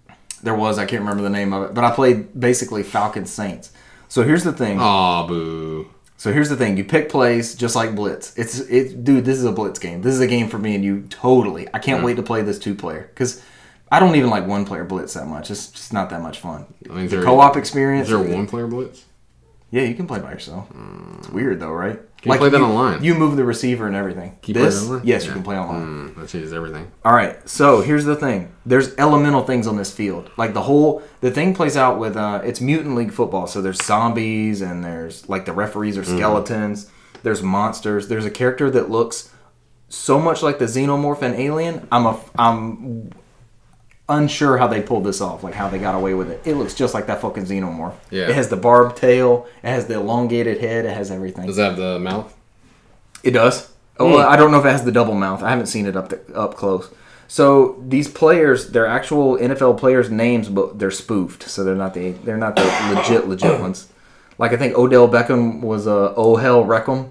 S1: there was I can't remember the name of it, but I played basically Falcon Saints. So here's the
S2: Oh,
S1: thing.
S2: Aw, boo.
S1: So here's the thing. You pick plays just like Blitz. It's it, dude. This is a Blitz game. This is a game for me and you. Totally. I
S2: Mm.
S1: can't wait to play this two player because I don't even like one player Blitz that much. It's just not that much fun.
S2: I mean, is
S1: The
S2: there-
S1: co-op experience.
S2: Is there a one player blitz?
S1: Yeah, you can play by yourself. It's weird though, right?
S2: you play that online?
S1: You move the receiver and everything.
S2: Can you play
S1: this,
S2: that online?
S1: yes, you
S2: Yeah.
S1: can play online.
S2: Mm, that changes everything.
S1: All right. So here's the thing. There's elemental things on this field. Like the whole the thing plays out with uh, it's mutant league football. So there's zombies and there's like the referees are skeletons. There's monsters. There's a character that looks so much like the xenomorph and alien. I'm a I'm unsure how they pulled this off. Like how they got away with it. It looks just like that fucking xenomorph.
S2: Yeah.
S1: It has the barbed tail. It has the elongated head. It has everything.
S2: Does that have the mouth?
S1: It does. Oh, Well, I don't know if it has the double mouth. I haven't seen it up the, up close. So these players, they're actual NFL players' names, but they're spoofed, so they're not the they're not the legit legit ones. Like I think Odell Beckham was a oh hell Reckham.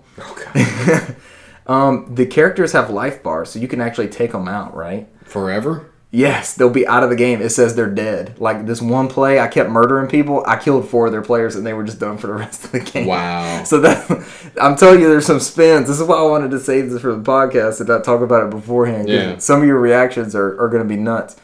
S1: um, the characters have life bars, so you can actually take them out, right?
S2: Forever?
S1: Yes, they'll be out of the game. It says they're dead. Like this one play, I kept murdering people. I killed four of their players, and they were just done for the rest of the game.
S2: Wow.
S1: So that I'm telling you, there's some spins. This is why I wanted to save this for the podcast and not talk about it beforehand. 'cause
S2: Yeah.
S1: Some of your reactions are, are going to be nuts.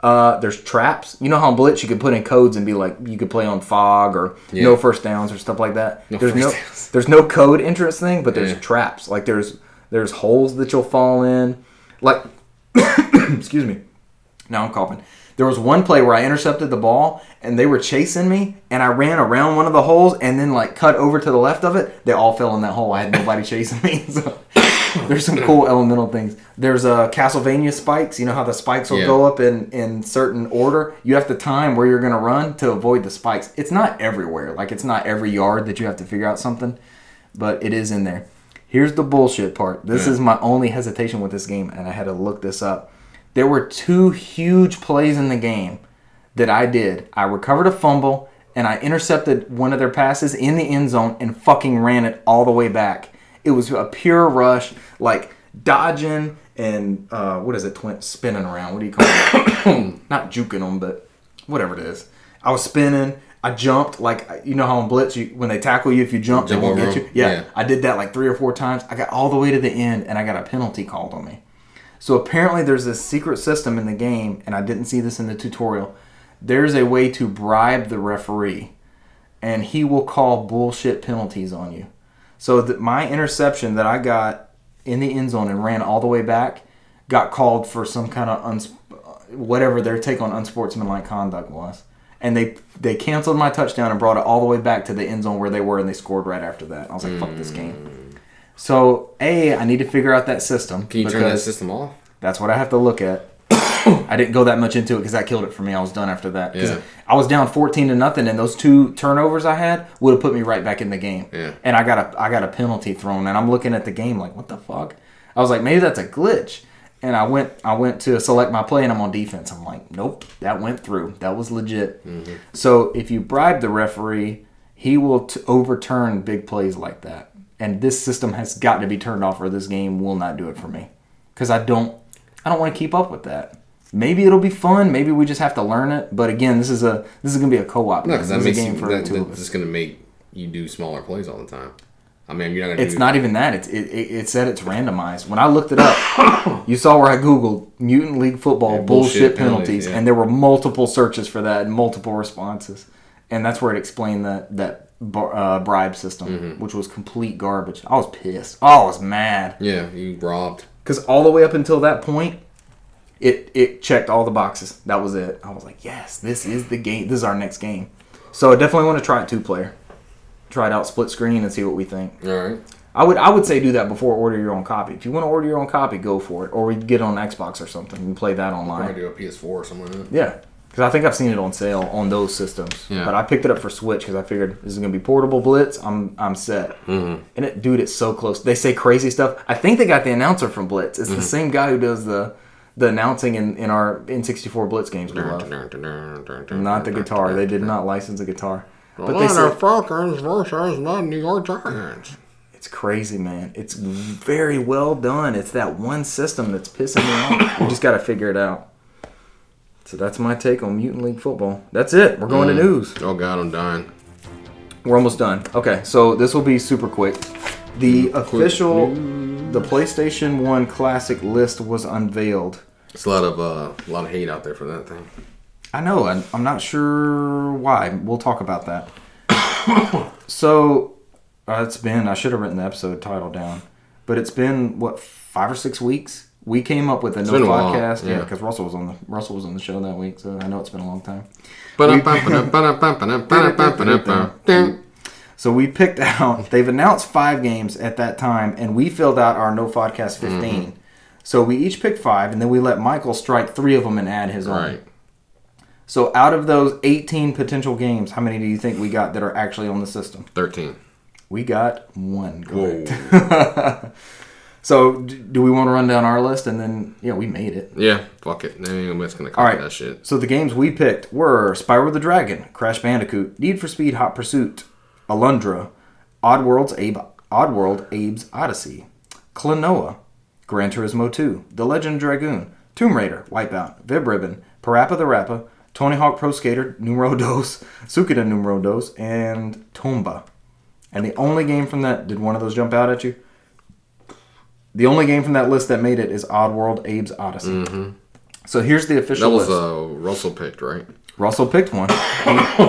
S1: Uh, there's traps. You know how on Blitz you could put in codes and be like, you could play on fog or no first downs or stuff like that. there's
S2: first
S1: no
S2: downs.
S1: there's no code entrance thing, but there's
S2: Yeah.
S1: traps. Like there's there's holes that you'll fall in. Like excuse me. Now I'm coughing. There was one play where I intercepted the ball and they were chasing me and I ran around one of the holes and then like cut over to the left of it. They all fell in that hole. I had nobody chasing me. So there's some cool elemental things. There's uh, Castlevania spikes. You know how the spikes will
S2: Yeah.
S1: go up in, in certain order? You have to time where you're going to run to avoid the spikes. It's not everywhere. Like it's not every yard that you have to figure out something, but it is in there. Here's the bullshit part. This is my only hesitation with this game and I had to look this up. There were two huge plays in the game that I did. I recovered a fumble and I intercepted one of their passes in the end zone and fucking ran it all the way back. It was a pure rush, like dodging and uh, what is it, twin spinning around? What do you call it? Not juking them, but whatever it is. I was spinning. I jumped like you know how on blitz you when they tackle you if you jump,
S2: Jump
S1: they won't
S2: over
S1: get you.
S2: them.
S1: Yeah,
S2: Yeah.
S1: I did that like three or four times. I got all the way to the end and I got a penalty called on me. So apparently there's this secret system in the game, and I didn't see this in the tutorial. There's a way to bribe the referee, and he will call bullshit penalties on you. So that my interception that I got in the end zone and ran all the way back got called for some kind of uns- whatever their take on unsportsmanlike conduct was. And they they canceled my touchdown and brought it all the way back to the end zone where they were, and they scored right after that. I was like, "Fuck this game." So a, I need to figure out that system.
S2: Mm. Can you turn that
S1: because-
S2: system off?
S1: that's what I have to look at. I didn't go that much into it because that killed it for me. I was done after that. 'Cause
S2: Yeah.
S1: I was down fourteen to nothing, and those two turnovers I had would have put me right back in the game.
S2: Yeah.
S1: And I got a I got a penalty thrown, and I'm looking at the game like, what the fuck? I was like, maybe that's a glitch. And I went I went to select my play, and I'm on defense. I'm like, nope, that went through. That was legit.
S2: Mm-hmm.
S1: So if you bribe the referee, he will t- overturn big plays like that. And this system has got to be turned off, or this game will not do it for me because I don't I don't want to keep up with that. Maybe it'll be fun. Maybe we just have to learn it. But again, this is a this is gonna be a co-op.
S2: No,
S1: game.
S2: because
S1: This
S2: that
S1: is a
S2: makes
S1: game
S2: you,
S1: for
S2: that,
S1: two of
S2: that's
S1: us.
S2: just gonna make you do smaller plays all the time. I mean, you're not gonna.
S1: It's
S2: do,
S1: not even that. It's it, it, it said it's randomized. When I looked it up, you saw where I googled mutant league football bullshit,
S2: bullshit
S1: penalties,
S2: penalties, yeah.
S1: and there were multiple searches for that and multiple responses, and that's where it explained that that bar, uh, bribe system,
S2: Mm-hmm.
S1: which was complete garbage. I was pissed. I was mad.
S2: Yeah, you robbed.
S1: because all the way up until that point, it it checked all the boxes. That was it. I was like, yes, this is the game. This is our next game. So I definitely want to try it two player. Try it out split screen and see what we think.
S2: All right.
S1: I would I would say do that before order your own copy. If you want to order your own copy, go for it. Or we get it on Xbox or something and play that
S2: I'm gonna
S1: online.
S2: do a PS4 or something. Like that.
S1: Yeah, because I think I've seen it on sale on those systems.
S2: Yeah.
S1: But I picked it up for Switch because I figured this is gonna be portable Blitz. I'm I'm set. Mm-hmm. And it, dude, it's so close. They say crazy stuff. I think they got the announcer from Blitz. It's the same guy who does the the announcing in, in our N64 Blitz games we love. Not the guitar. They did not license a guitar. But they said,
S2: Falcons versus the New York Giants.
S1: it's crazy, man. It's very well done. It's that one system that's pissing me off. We just got to figure it out. So that's my take on Mutant League Football. That's it. We're going to news.
S2: Oh God, I'm dying.
S1: We're almost done. Okay, so this will be super quick. The official, the PlayStation One Classic list was unveiled.
S2: It's a lot of uh, a lot of hate out there for that thing.
S1: I know. I'm, I'm not sure why. We'll talk about that. so uh, it's been. I should have written the episode title down, but it's been what five or six weeks. We came up with a
S2: been
S1: no
S2: a while,
S1: podcast, yeah,
S2: yeah.
S1: because Russell was on the Russell was on the show that week, so I know it's been a long time. So we picked out. They've announced five games at that time, and we filled out our no podcast
S2: Mm-hmm.
S1: 15 So we each picked five, and then we let Michael strike three of them and add his own.
S2: Right.
S1: So out of those 18 potential games, how many do you think we got that are actually on the system?
S2: Thirteen.
S1: We got one. Correct. so d- do we want to run down our list and then yeah, we made it.
S2: Yeah. Fuck it. They ain't gonna copy
S1: All right.
S2: that shit.
S1: So the games we picked were Spyro the Dragon, Crash Bandicoot, Need for Speed Hot Pursuit, Alundra, Oddworld's Abe, Oddworld Abe's Odyssey, Klonoa, Gran Turismo 2, The Legend Dragoon, Tomb Raider, Wipeout, Vib Ribbon, Parappa the Rappa, Tony Hawk Pro Skater Numero Dos, Suikoden Numero Dos, and Tomba. And the only game from that did one of those jump out at you? The only game from that list that made it is Oddworld Abe's Odyssey. So here's the
S2: Mm-hmm. That
S1: official
S2: was
S1: list.
S2: uh, Russell picked, right?
S1: Russell picked one.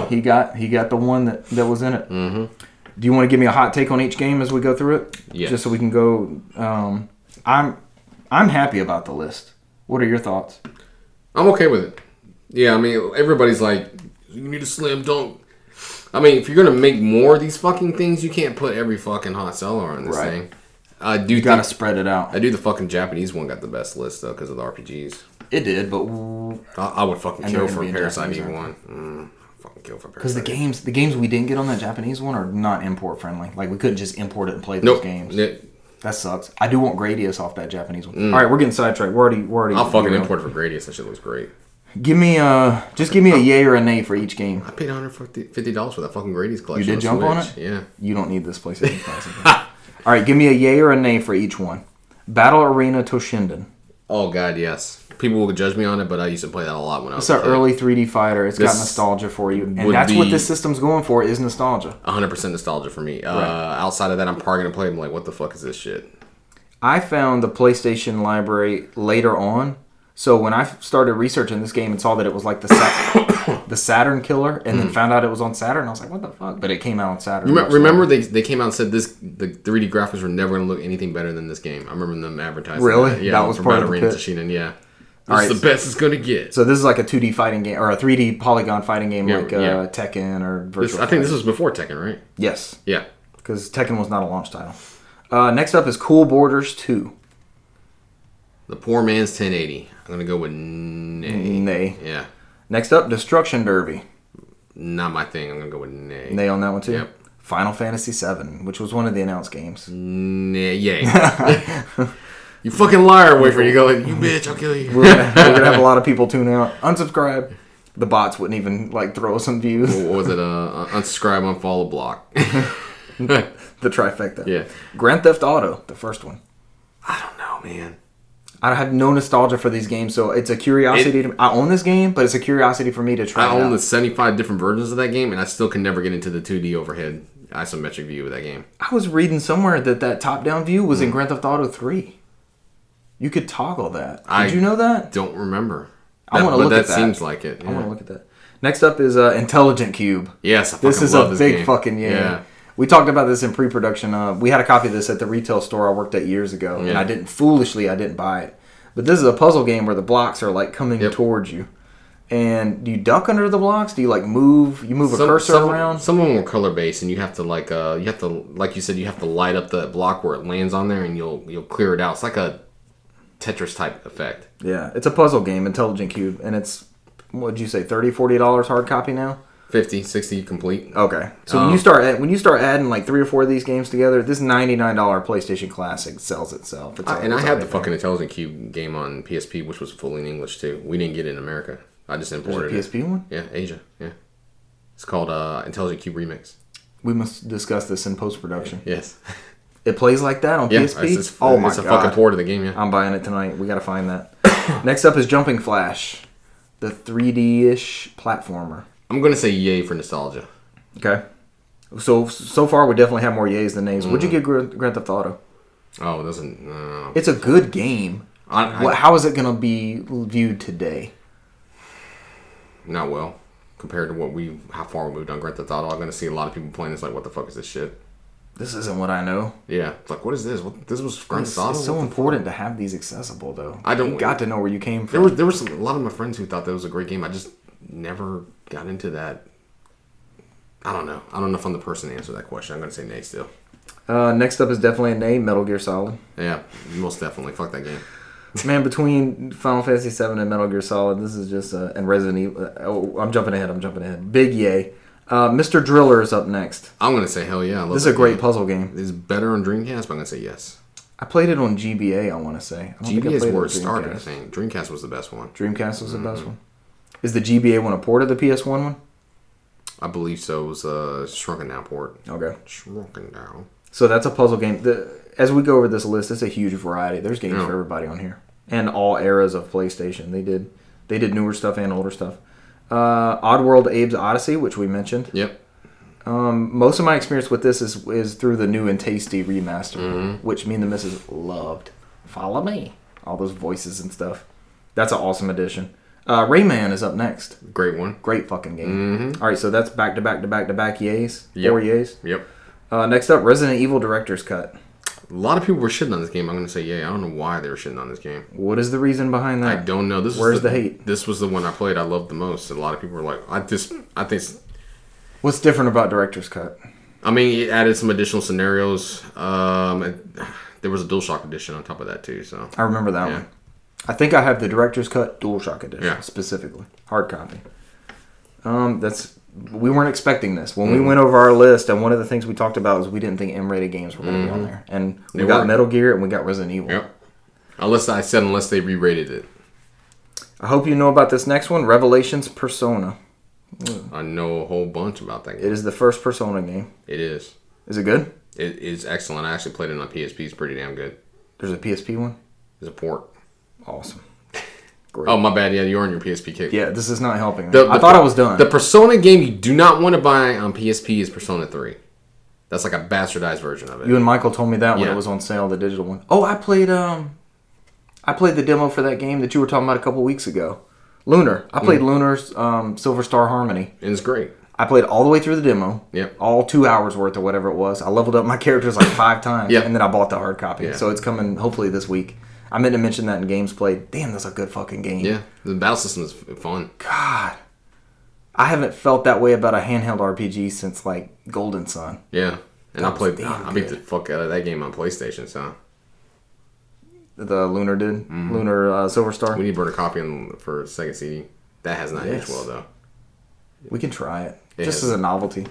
S1: he, he got he got the one that, that was in it. Mm-hmm. Do you want to give me a hot take on each game as we go through it?
S2: Yes.
S1: Just so we can go. Um, I'm I'm happy about the list. What are your thoughts?
S2: I'm okay with it. Yeah, I mean, everybody's like, you need a slam dunk. I mean, if you're gonna make more of these fucking things, you can't put every fucking hot seller on this
S1: Right.
S2: thing. I do
S1: You got to
S2: think,
S1: spread it out.
S2: I do the fucking Japanese one got the best list though because of the RPGs.
S1: It did, but because
S2: I, I would fucking
S1: And
S2: kill
S1: they're
S2: for
S1: gonna be in
S2: Parasite
S1: Japanese,
S2: Eve one. Mm, fucking kill for Parasite.
S1: the games the games we didn't get on that Japanese one are not import friendly. Like we couldn't just import it and play those
S2: nope.
S1: games.
S2: Yeah, Mm.
S1: That sucks. I do want Gradius off that Japanese one. All right, we're getting sidetracked. We're already we're already.
S2: I'll fucking
S1: derailed.
S2: import it for Gradius. That shit looks great.
S1: Give me a just give me a yay or a nay for each game.
S2: I paid 150 dollars for that fucking Grady's collection.
S1: did jump on
S2: Switch. Yeah.
S1: You don't need this PlayStation Classic. All right, give me a yay or a nay for each one. Battle Arena Toshinden.
S2: Oh god, yes. People will judge me on it, but I used to play that a lot when I was
S1: It's an
S2: a kid.
S1: early 3D fighter. It's got
S2: This
S1: nostalgia for you, and
S2: would
S1: that's what
S2: be-
S1: this system's going for is nostalgia.
S2: 100% nostalgia for me. Uh, outside of that, I'm probably gonna play. I'm like, what the fuck is this shit?
S1: I found the PlayStation library later on, so when I started researching this game and saw that it was like the Sa- the Saturn killer, and
S2: Hmm.
S1: then found out it was on Saturn, I was like, what the fuck? But it came out on Saturn.
S2: Remember,
S1: much
S2: remember they, they came out and said this the 3D graphics were never going to look anything better than this game. I remember them advertising.
S1: Really?
S2: That. Yeah,
S1: That was
S2: from
S1: part of
S2: Battle
S1: the
S2: Arena
S1: pitch.
S2: Toshinden, Yeah, this
S1: Alright,
S2: is the best it's going to get.
S1: So this is like a 2D fighting game or a 3D polygon fighting game,
S2: Yeah,
S1: like uh,
S2: yeah.
S1: Tekken or
S2: This-
S1: Virtual.
S2: I think this was before Tekken, right?
S1: yes,
S2: Yeah,
S1: because Tekken was not a launch title. Uh, next up is Cool Borders 2.
S2: the poor man's 1080. I'm going to go with nay.
S1: Nay.
S2: Yeah,
S1: Next up, Destruction Derby.
S2: not my thing. I'm going to go with nay.
S1: Nay on that one too.
S2: Yep. Mm.
S1: Final Fantasy VII, which was one of the announced games.
S2: Nay, yay. you fucking liar! Wait for you go. Like, you bitch! I'll kill you.
S1: We're gonna, we're gonna have a lot of people tune out, unsubscribe. The bots wouldn't even like throw us some views.
S2: what was it? Uh, unsubscribe, unfollow, block.
S1: The trifecta.
S2: Yeah.
S1: Grand Theft Auto, the first one.
S2: I don't know, man.
S1: I have no nostalgia for these games, so it's a curiosity. to, I own this game, but it's a curiosity for me to try.
S2: I
S1: it out.
S2: own the 75 different versions of that game, and I still can never get into the 2D overhead isometric view of that game.
S1: I was reading somewhere that that top-down view was
S2: Mm.
S1: in Grand Theft Auto 3. You could toggle that. Did
S2: I-
S1: you know that?
S2: Don't remember.
S1: I wanna
S2: but
S1: look at that.
S2: seems like it.
S1: I
S2: yeah.
S1: want to look at that. Next up is uh, Intelligent Cube.
S2: Yes, I
S1: This
S2: fucking
S1: is
S2: love
S1: a
S2: this
S1: big
S2: game.
S1: fucking yay.
S2: Yeah.
S1: We talked about this in pre-production. Uh, we had a copy of this at the retail store I worked at years ago, and
S2: Yeah.
S1: I didn't foolishly I didn't buy it. But this is a puzzle game where the blocks are like coming
S2: Yep.
S1: towards you, and do you duck under the blocks? Do you like move? You move a cursor
S2: some,
S1: around?
S2: Some of them were color based, and you have to like uh, you have to like you said you have to light up the block where it lands on there, and you'll you'll clear it out. It's like a Tetris type effect.
S1: Yeah, it's a puzzle game, Intelligent Cube, and it's what'd you say, 30 dollars hard copy now?
S2: 50, 60 complete.
S1: Okay, so when you
S2: Um,
S1: start at, when you start adding like three or four of these games together, this ninety nine dollar PlayStation Classic sells itself. It's
S2: I-
S1: all-
S2: Uh, and I
S1: it's
S2: had
S1: all-
S2: the fucking Intelligent Cube game on PSP, which was fully in English too. We didn't get it in America. I just imported it.
S1: PSP one.
S2: Yeah, Asia. Yeah. It's called uh, Intelligent Cube Remix.
S1: We must discuss this in post production.
S2: Yes.
S1: It plays like that on
S2: Yeah.
S1: PSP.
S2: It's, it's,
S1: oh my
S2: it's a
S1: god!
S2: fucking port of the game, yeah.
S1: I'm buying it tonight. We gotta find that. Next up is Jumping Flash, the 3D ish platformer.
S2: I'm going to say yay for nostalgia.
S1: Okay. So so far we definitely have more yays than nays.
S2: Mm.
S1: Would you give Grand Grand Theft Auto?
S2: Oh, it doesn't. Uh,
S1: It's a good game.
S2: I,
S1: What-
S2: I,
S1: how is it gonna be viewed today?
S2: not well. Compared to what we, how far we moved on Grand Theft Auto, I'm going to see a lot of people playing this like, what the fuck is this shit?
S1: This isn't what I know.
S2: Yeah. It's like, what is this? What, this was Grand
S1: It's,
S2: Theft Auto?
S1: it's so important to have these accessible, though.
S2: I don't-
S1: You got to know where you came
S2: there
S1: from.
S2: was there was some, a lot of my friends who thought that was a great game. I just never got into that. I don't know. I don't know if I'm the person to answer that question. I'm going to say nay still.
S1: Uh, next up is definitely a name, Metal Gear Solid.
S2: Yeah, most definitely. Fuck that game.
S1: Man, between Final Fantasy VII and Metal Gear Solid, this is just uh, and Resident Evil. uh, Oh, I'm jumping ahead. I'm jumping ahead. Big yay. Uh, Mr. Driller is up next.
S2: I'm gonna say hell yeah. I love
S1: This is
S2: that
S1: a great
S2: game.
S1: puzzle game.
S2: It's better on Dreamcast, but I'm gonna say yes.
S1: I played it on GBA. I want to say I don't think I
S2: GBA is
S1: played
S2: where
S1: on
S2: it started. I
S1: Dreamcast.
S2: think Mm-hmm. Dreamcast was the best one.
S1: Dreamcast was the best one. Is the GBA one a port of the PS1 one?
S2: I believe so. It was uh, shrunken down port.
S1: Okay.
S2: Shrunken down.
S1: So that's a puzzle game. The, as we go over this list, it's a huge variety. There's games
S2: Yeah.
S1: for everybody on here, and all eras of PlayStation. They did they did newer stuff and older stuff. Uh, Oddworld: Abe's Odyssey, which we mentioned.
S2: Yep.
S1: Um, most of my experience with this is is through the new and tasty remaster,
S2: Mm-hmm.
S1: which me and the missus loved. Follow me. All those voices and stuff. That's an awesome addition. Uh, Rayman is up next.
S2: Great one.
S1: Great fucking game. All right, so that's back to back to back to back yays.
S2: Mm-hmm. Yep.
S1: Four yays.
S2: Yep.
S1: Uh, next up, Resident Evil Director's Cut.
S2: A lot of people were shitting on this game. I'm gonna say yay. I don't know why they were shitting on this game.
S1: What is the reason behind
S2: I
S1: that?
S2: don't know. This
S1: Where's
S2: was
S1: the hate?
S2: This was the one I played. I loved the most. A lot of people were like, I just, I think.
S1: What's different about director's cut?
S2: I mean, it added some additional scenarios. Um, and there was a DualShock edition on top of that too. So
S1: I remember that
S2: Yeah.
S1: one. I think I have the director's cut DualShock edition
S2: Yeah.
S1: specifically, hard copy. Um, that's we weren't expecting this when
S2: Mm-hmm.
S1: we went over our list, and one of the things we talked about was we didn't think M-rated games were going to be on there, and we
S2: Mm-hmm. They
S1: got
S2: weren't.
S1: Metal Gear and we got Resident Evil.
S2: yep. Unless I said unless they re-rated it.
S1: I hope you know about this next one, Revelations Persona.
S2: I know a whole bunch about that.
S1: It
S2: game.
S1: is the first Persona game.
S2: It is.
S1: Is it good?
S2: It is excellent. I actually played it on PSP. It's pretty damn good.
S1: There's a PSP one.
S2: It's a port.
S1: Awesome. Great.
S2: Oh my bad. Yeah, you're on your PSP kick.
S1: Yeah, this is not helping.
S2: The-
S1: I
S2: the-
S1: thought I was done.
S2: The Persona game you do not want to buy on PSP is Persona 3. That's like a bastardized version of it.
S1: you and Michael told me that when
S2: Yeah.
S1: it was on sale, the digital one. Oh, I played um, I played the demo for that game that you were talking about a couple weeks ago. Lunar. I
S2: Mm-hmm.
S1: played Lunar's um, Silver Star Harmony.
S2: and it's great.
S1: I played all the way through the demo.
S2: Yep.
S1: All two hours worth or whatever it was. I leveled up my characters like five times.
S2: Yep.
S1: And then I bought the hard copy.
S2: Yeah.
S1: So it's coming hopefully this week. I meant to mention that in games played. Damn, that's a good fucking game.
S2: Yeah, the battle system is f- fun.
S1: God. I haven't felt that way about a handheld RPG since like Golden Sun.
S2: Yeah, and I
S1: was
S2: played.
S1: damn
S2: I beat the
S1: good.
S2: fuck out of that game on PlayStation. So
S1: The Lunar did. Lunar uh, Silver Star.
S2: Mm-hmm. we need to burn a copy on, for second CD. That has not
S1: Yes.
S2: aged well though.
S1: We can try it.
S2: It
S1: Just
S2: is.
S1: as a novelty.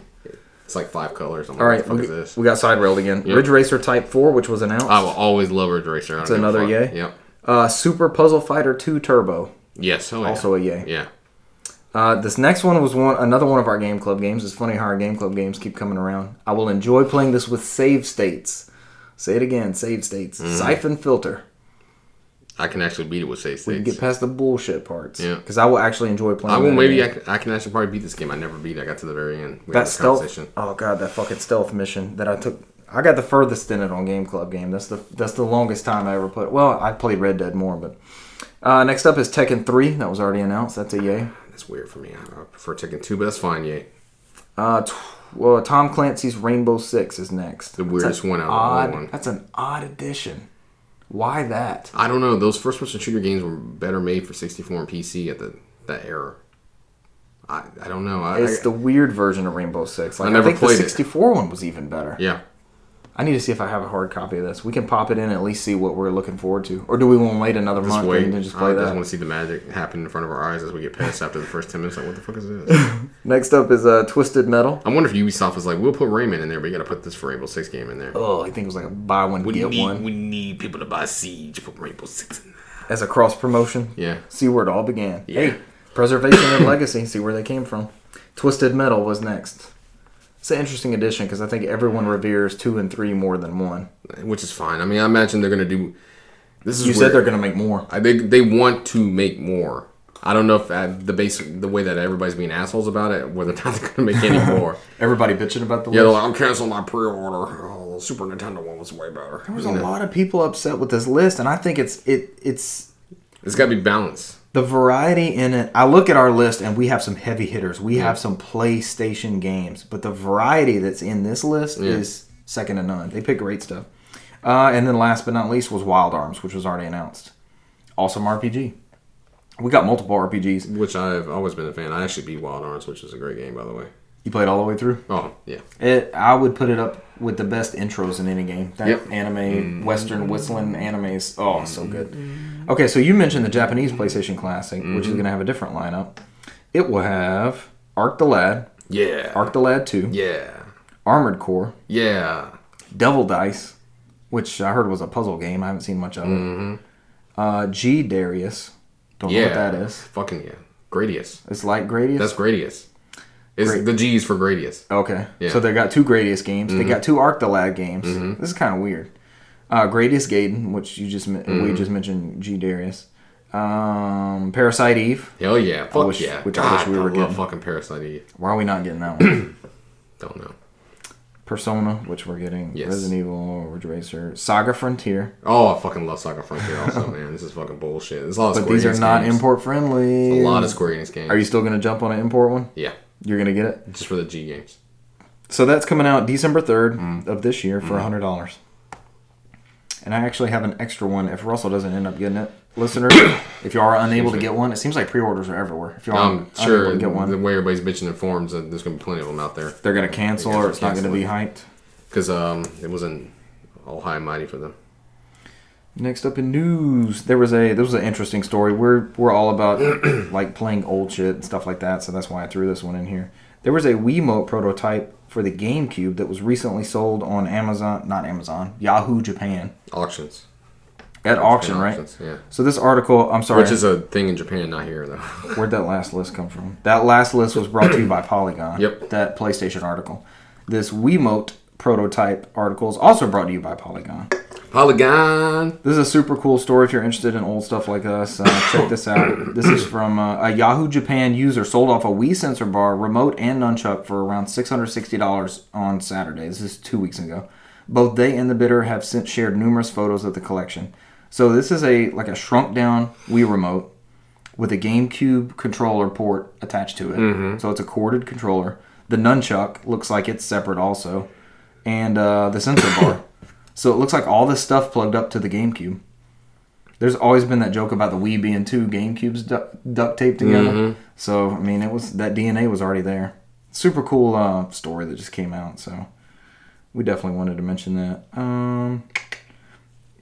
S2: It's like five colors. I'm like,
S1: All right,
S2: what the
S1: we,
S2: fuck is this? Ah,
S1: we got side railed again. Ridge Racer Type 4, which was announced.
S2: I will always love Ridge Racer. It's
S1: another yay?
S2: Yep.
S1: Uh, Super Puzzle Fighter 2 Turbo,
S2: Yes. Oh, yeah.
S1: also a yay.
S2: yeah.
S1: Uh, this next one was one another one of our game club games. It's funny how our game club games keep coming around. I will enjoy playing this with save states. Say it again, save states.
S2: Mm.
S1: Siphon filter.
S2: I can actually beat it with save
S1: You
S2: states.
S1: get past the bullshit parts.
S2: Yeah.
S1: Because I will actually enjoy playing.
S2: I will.
S1: that
S2: Maybe
S1: again.
S2: I, c- I can actually probably beat this game. I never beat. it. I got to the very end. We had
S1: that
S2: this
S1: stealth.
S2: conversation.
S1: Oh god, that fucking stealth mission that I took. I got the furthest in it on Game Club game. That's the that's the longest time I ever played. Well, I played Red Dead more, but uh, next up is Tekken Three. That was already announced. That's a yay.
S2: That's weird for me. I I prefer Tekken 2, but that's fine. Yay.
S1: Uh, t- well, Tom Clancy's Rainbow Six is next.
S2: The weirdest one out of all
S1: Odd.
S2: of them.
S1: That's an odd addition. Why that?
S2: I don't know. Those first-person shooter games were better made for 64 and PC at the that era. I, I don't know. I,
S1: It's
S2: I-
S1: the weird version of Rainbow Six. Like, I,
S2: never
S1: think
S2: played it.
S1: the 64 one was even better.
S2: yeah.
S1: I need to see if I have a hard copy of this. We can pop it in and at least see what we're looking forward to. Or do we want to wait another
S2: Just
S1: month
S2: wait.
S1: and then just
S2: I
S1: play
S2: just
S1: that?
S2: want to see the magic happen in front of our eyes as we get pissed after the first 10 minutes. Like, what the fuck is this?
S1: Next up is uh, Twisted Metal.
S2: I wonder if Ubisoft is like, we'll put Rayman in there, but you got to put this Rainbow Six game in there.
S1: Oh, I think it was like a buy one
S2: We
S1: get
S2: need,
S1: one
S2: we need people to buy Siege. Put Rainbow Six in there.
S1: as a cross promotion.
S2: Yeah.
S1: See where it all began.
S2: Yeah.
S1: Hey, preservation and legacy. See where they came from. Twisted Metal was next. It's an interesting addition because I think everyone reveres two and three more than one.
S2: Which is fine. I mean, I imagine they're going to do. This is
S1: You
S2: where-
S1: said they're going to make more.
S2: I think they want to make more. I don't know if uh the base the way that everybody's being assholes about it, whether or not they're gonna make any more.
S1: Everybody bitching about the
S2: yeah, they're
S1: list.
S2: like, I'm canceling my pre-order. Oh, the Super Nintendo one was way better.
S1: There's a lot of people upset with this list, and I think it's it it's
S2: It's got to be balanced.
S1: the variety in it. I look at our list, and we have some heavy hitters. We have some PlayStation games, but the variety that's in this list is second to none. They pick great stuff. Uh, and then last but not least was Wild Arms, which was already announced. Awesome RPG. We got multiple RPGs.
S2: Which I've always been a fan. I actually beat Wild Arms, which is a great game, by the way.
S1: You played all the way through.
S2: Oh yeah,
S1: It, I would put it up with the best intros in any game. That
S2: Yep. Mm.
S1: anime, Western whistling animes. Oh, so good. Okay, so you mentioned the Japanese PlayStation Classic, which
S2: Mm-hmm.
S1: is going to have a different lineup. It will have Arc the Lad,
S2: yeah,
S1: Arc the Lad 2,
S2: yeah,
S1: Armored Core,
S2: yeah.
S1: Devil Dice, which I heard was a puzzle game. I haven't seen much of it. Uh, G Darius. Don't know
S2: Mm-hmm. Yeah.
S1: what that is.
S2: Fucking yeah. Gradius.
S1: It's like Gradius.
S2: That's Gradius. It's
S1: Great.
S2: the G's for Gradius.
S1: Okay. So they got two Gradius games. They
S2: Mm-hmm.
S1: got two Arctolad games. This is kind of weird. Uh, Gradius Gaiden, which you just men-
S2: Mm-hmm.
S1: we just mentioned, G Darius, um, Parasite Eve.
S2: Hell yeah. Fuck
S1: wish-
S2: yeah.
S1: which I
S2: God, I
S1: wish we were
S2: love
S1: getting.
S2: fucking Parasite E. Eve.
S1: Why are we not getting that one?
S2: Don't know.
S1: Persona, which we're getting.
S2: Yes.
S1: Resident Evil, Ridge Racer, Saga Frontier.
S2: Oh, I fucking love Soccer Frontier also, man. This is fucking bullshit. There's a lot of
S1: But
S2: Square
S1: these are
S2: Enix
S1: not
S2: games.
S1: import friendly.
S2: A lot of Square Enix games.
S1: Are you still gonna jump on an import one?
S2: Yeah,
S1: You're gonna get it.
S2: just for the G games.
S1: So that's coming out December 3rd
S2: Mm.
S1: of this year for a $100. And I actually have an extra one if Russell doesn't end up getting it. Listeners, if you are unable to get one, it seems like pre orders are everywhere. If you are
S2: I'm
S1: unable
S2: Um, sure
S1: to get one,
S2: the way everybody's bitching their forums, uh, there's gonna be plenty of them out there.
S1: they're going to cancel
S2: Yes,
S1: or it's not going to be
S2: cancel
S1: hyped.
S2: Cause um, it wasn't all high and mighty for them.
S1: Next up in news, there was a this was an interesting story. We're we're all about like playing old shit and stuff like that, so that's why I threw this one in here. There was a Wiimote prototype for the GameCube that was recently sold on Amazon, not Amazon, Yahoo Japan.
S2: Auctions.
S1: at auction, right?
S2: Options, Yeah.
S1: So this article, I'm sorry,
S2: Which is a thing in Japan, not here though.
S1: where'd that last list come from? That last list was brought to you by Polygon.
S2: Yep.
S1: That PlayStation article. This Wiimote prototype article is also brought to you by Polygon.
S2: Polygon.
S1: This is a super cool story if you're interested in old stuff like us. Uh, check this out. This is from uh, a Yahoo Japan user sold off a Wii sensor bar, remote, and nunchuck for around $660 on Saturday. This is two weeks ago. Both they and the bidder have since shared numerous photos of the collection. So this is a like a shrunk down Wii remote with a GameCube controller port attached to it. So it's a corded controller. The nunchuck looks like it's separate also, and uh, the sensor bar. So it looks like all this stuff plugged up to the GameCube. There's always been that joke about the Wii being two GameCubes du- duct taped together. So I mean, it was that DNA was already there. Super cool uh, story that just came out. So we definitely wanted to mention that. Um,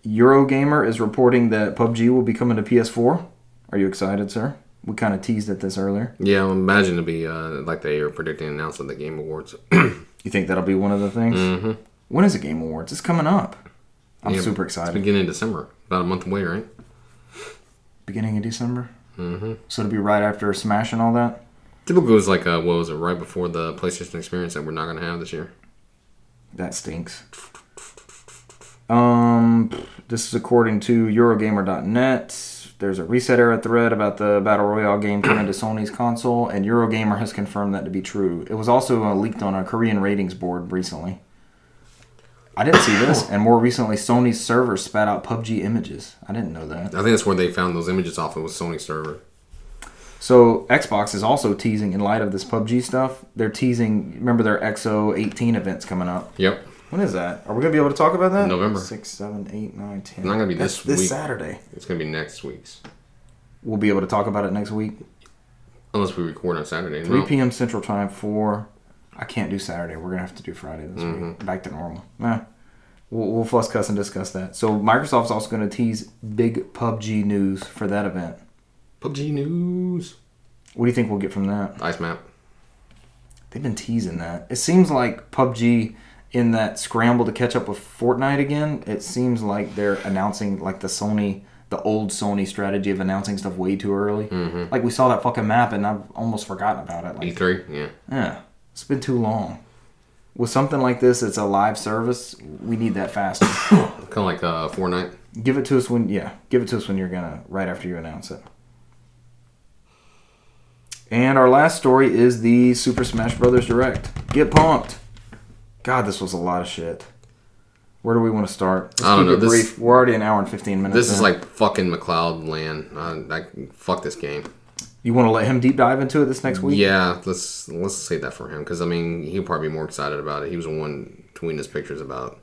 S1: Eurogamer is reporting that PUBG will be coming to PS4. Are you excited, sir? We kind of teased at this earlier.
S2: Yeah, I imagine it'll be uh, like they are predicting and announced at the Game Awards.
S1: You think that'll be one of the things? Mm-hmm. is the Game Awards? It's coming up. I'm
S2: Yeah,
S1: super
S2: It's
S1: excited.
S2: beginning of December, about a month away, right?
S1: Beginning of December. Mm-hmm. So it'll be right after Smash and all that.
S2: Typically, it was like uh, what was it right before the PlayStation Experience that we're not going to have this year.
S1: That stinks. Um, this is according to Eurogamer.net. There's a reset era thread about the battle royale game coming to Sony's console, and Eurogamer has confirmed that to be true. It was also uh, leaked on a Korean ratings board recently. I didn't see this, and more recently, Sony's server spat out PUBG images. I didn't know that.
S2: I think that's where they found those images off of was Sony server.
S1: So Xbox is also teasing, in light of this PUBG stuff, they're teasing. Remember their XO 18 events coming up.
S2: Yep.
S1: When is that? Are we gonna be able to talk about that?
S2: November.
S1: Six, seven, eight, nine, ten.
S2: Not gonna be
S1: That's
S2: this
S1: This
S2: week.
S1: Saturday.
S2: It's going to be next week's,
S1: We'll be able to talk about it next week.
S2: unless we record on Saturday.
S1: Three
S2: No.
S1: p.m. Central Time. Four. I can't do Saturday. We're gonna have to do Friday this week.
S2: Mm-hmm.
S1: Back to normal. Nah. We'll, we'll fuss, cuss, and discuss that. So Microsoft's also gonna tease big PUBG news for that event.
S2: PUBG news.
S1: What do you think we'll get from that?
S2: Ice map.
S1: They've been teasing that. It seems like PUBG in that scramble to catch up with Fortnite again, it seems like they're announcing like the Sony the old Sony strategy of announcing stuff way too early. Like we saw that fucking map and I've almost forgotten about it. Like
S2: E3. E Yeah.
S1: yeah, it's been too long. With something like this, it's a live service. We need that fast.
S2: Kind of like uh, Fortnite.
S1: give it to us when yeah, give it to us when you're gonna right after you announce it. And our last story is the Super Smash Brothers Direct. Get pumped! God, this was a lot of shit. Where do we want to start? Let's
S2: I don't
S1: keep
S2: know,
S1: it
S2: this-
S1: brief. We're already an hour and fifteen minutes.
S2: This is
S1: in.
S2: like fucking McLeod land. I, I, fuck this game.
S1: you want to let him deep dive into it this next week.
S2: Yeah, let's let's say that for him because I mean he'll probably be more excited about it. He was the one tweeting his pictures about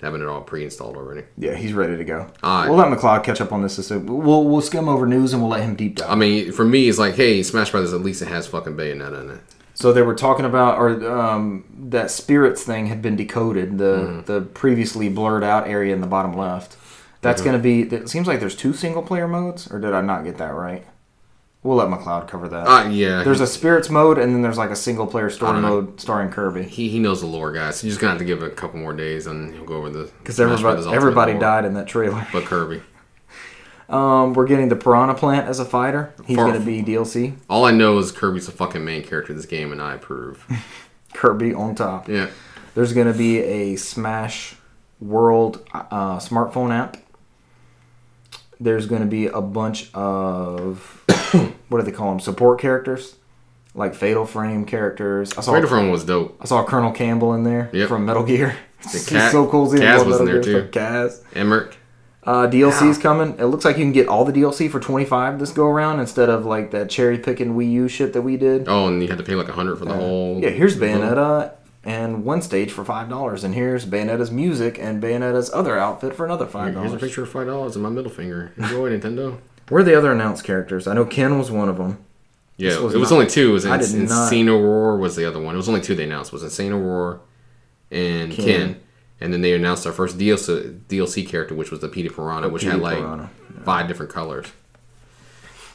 S2: having it all pre-installed already.
S1: Yeah, he's ready to go.
S2: All right.
S1: We'll let McLeod catch up on this. this- We'll we'll skim over news and we'll let him deep dive.
S2: I mean, for me, it's like, hey, Smash Brothers. At least it has fucking Bayonetta in it.
S1: So they were talking about, or um, that spirits thing had been decoded. The
S2: Mm-hmm.
S1: the previously blurred out area in the bottom left. That's
S2: Mm-hmm.
S1: going to be. It seems like there's two single player modes, or did I not get that right? We'll let McLeod cover that.
S2: Uh, yeah,
S1: there's a spirits mode, and then there's like a single player story
S2: don't know.
S1: mode starring Kirby.
S2: he he knows the lore, guys. So you just gonna have to give it a couple more days and he'll go over the
S1: Because
S2: Smash
S1: everybody
S2: Brothers Ultimate
S1: everybody
S2: lore.
S1: died in that trailer.
S2: But Kirby.
S1: Um, we're getting the Piranha Plant as a fighter. He's
S2: Far-
S1: going to be DLC.
S2: All I know is Kirby's the fucking main character of this game, and I approve.
S1: Kirby on top.
S2: yeah.
S1: There's going to be a Smash World uh, smartphone app. There's going to be a bunch of what do they call them? Support characters, like Fatal Frame characters. I saw
S2: Spider Frame was dope.
S1: I saw Colonel Campbell in there
S2: Yep.
S1: from Metal Gear. It's
S2: Kaz-
S1: so cool seeing
S2: Kaz
S1: more
S2: was in
S1: Metal
S2: there
S1: Gear
S2: too.
S1: stuff. Kaz.
S2: Emmerich.
S1: Uh, DLC's coming. It looks like you can get all the DLC for 25 this go around instead of like that cherry picking Wii U shit that we did.
S2: Oh, and you had to pay like a hundred for the whole.
S1: Yeah, here's
S2: the whole-
S1: Bayonetta and one stage for five dollars, and here's Bayonetta's music and Bayonetta's other outfit for another five
S2: Here's a
S1: dollars.
S2: picture of five dollars in my middle finger. Enjoy Nintendo.
S1: Where are the other announced characters? I know Ken was one of them.
S2: Yeah,
S1: was
S2: it was
S1: not-
S2: only two. It was
S1: I
S2: Ins-
S1: did not-
S2: Insane Aurora was the other one. It was only two they announced. It was Insane Aurora and Ken. And then they announced our first DLC, DLC character, which was the Petey Piranha, which had
S1: Petey
S2: like
S1: Piranha,
S2: five different colors.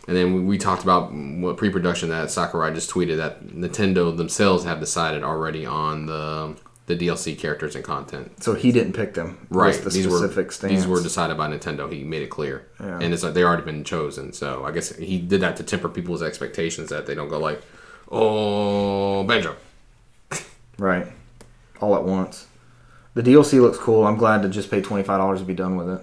S2: And then we, we talked about what pre-production that Sakurai just tweeted that Nintendo themselves have decided already on the the DLC characters and content.
S1: So he didn't pick them. was
S2: Right.
S1: The
S2: these
S1: specific
S2: were
S1: stance.
S2: these were decided by Nintendo. He made it clear, and it's like they already been chosen. So I guess he did that to temper people's expectations that they don't go like, oh, Banjo.
S1: Right. All at once. The DLC looks cool. I'm glad to just pay twenty five dollars to be done with it.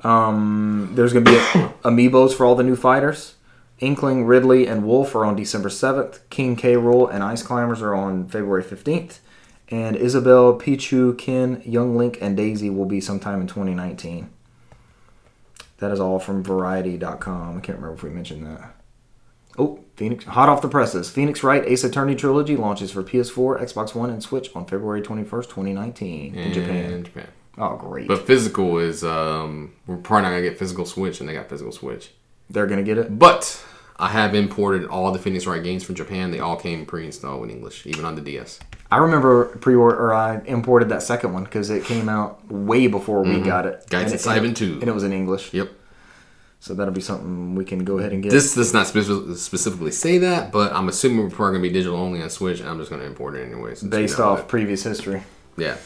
S1: Um, there's gonna be amiibos for all the new fighters. Inkling, Ridley, and Wolf are on December seventh. King K. Rool and Ice Climbers are on February fifteenth. And Isabel, Pichu, Ken, Young Link, and Daisy will be sometime in 2019. That is all from Variety.com. I can't remember if we mentioned that. Oh, Phoenix, hot off the presses. Phoenix Wright Ace Attorney trilogy launches for PS4, Xbox One, and Switch on February 21st, 2019 in Japan.
S2: In Japan.
S1: Oh, great.
S2: But physical is um, we're probably not gonna get physical Switch, and they got physical Switch.
S1: They're going to get it.
S2: But I have imported all the Phoenix Wright games from Japan. They all came pre-installed in English, even on the DS.
S1: I remember pre order, or I imported that second one because it came out way before
S2: Mm-hmm.
S1: we got it.
S2: Guys,
S1: And
S2: it's
S1: it- and it-
S2: Ivan 2.
S1: And it was in English.
S2: Yep.
S1: So that'll be something we can go ahead and get.
S2: This does not speci- specifically say that, but I'm assuming we're probably gonna be digital only on Switch, and I'm just gonna import it anyway. since we
S1: based
S2: know
S1: off
S2: that.
S1: previous history.
S2: yeah.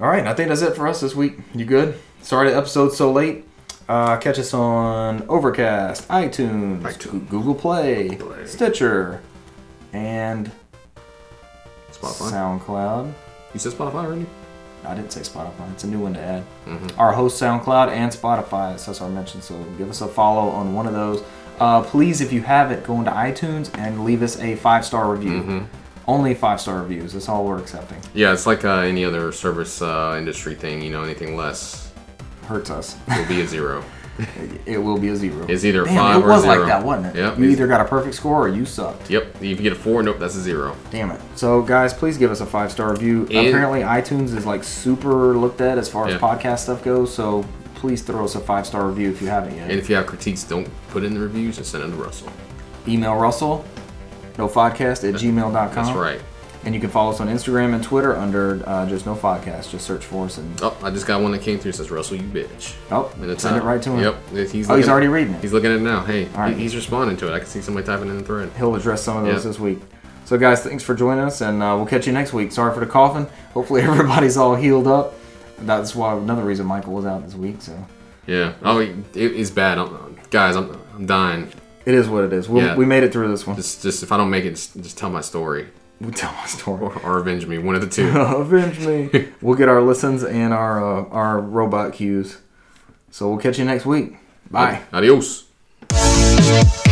S1: All right, I think that's it for us this week. You good? Sorry the episode's so late. Uh, catch us on Overcast, iTunes,
S2: iTunes.
S1: Google Play,
S2: Play.
S1: Stitcher, and
S2: Spotify.
S1: SoundCloud.
S2: You said Spotify already?
S1: I didn't say Spotify. It's a new one to add.
S2: Mm-hmm.
S1: Our host SoundCloud and Spotify. So that's our mention. So give us a follow on one of those. Uh, please, if you haven't, go into iTunes and leave us a five star review.
S2: Mm-hmm.
S1: Only five star reviews. That's all we're accepting.
S2: Yeah, it's like uh, any other service uh, industry thing. You know, anything less
S1: Hurts us.
S2: will be a zero.
S1: it will be a zero.
S2: It's either a
S1: Damn,
S2: five
S1: it
S2: or
S1: was
S2: zero.
S1: like that, wasn't it?
S2: Yep.
S1: You either got a perfect score or you sucked.
S2: Yep. If you get a four, nope, that's a zero.
S1: Damn it. So, guys, please give us a five star review.
S2: And-
S1: Apparently, iTunes is like super looked at as far as
S2: Yeah.
S1: podcast stuff goes. So, please throw us a five star review if you haven't yet.
S2: And if you have critiques, don't put it in the reviews and send them to Russell.
S1: Email Russell, no podcast at gmail.com.
S2: That's right.
S1: And you can follow us on Instagram and Twitter under uh, just no podcast. Just search for us and.
S2: Oh, I just got one that came through. Says Russell, you bitch.
S1: Oh,
S2: And it's
S1: send it
S2: out.
S1: right to him.
S2: Yep. He's
S1: Oh, he's
S2: looking-
S1: already reading it.
S2: He's looking at it now. Hey, he-
S1: right.
S2: he's responding to it. I can see somebody typing in the thread.
S1: he'll address some of those
S2: Yeah.
S1: this week. So, guys, thanks for joining us, and uh, we'll catch you next week. Sorry for the coughing. Hopefully, everybody's all healed up. That's why another reason Michael was out this week. So
S2: Yeah. Oh, it, it's bad. I'm, guys, I'm, I'm dying.
S1: it is what it is. We'll,
S2: Yeah.
S1: We made it through this one.
S2: Just, just if I don't make it, just, just tell my story
S1: We'll tell my story.
S2: or, or avenge me. One of the two.
S1: Avenge me. we'll get our listens and our uh, our robot cues. So we'll catch you next week. Bye.
S2: Adios.
S3: Thank you.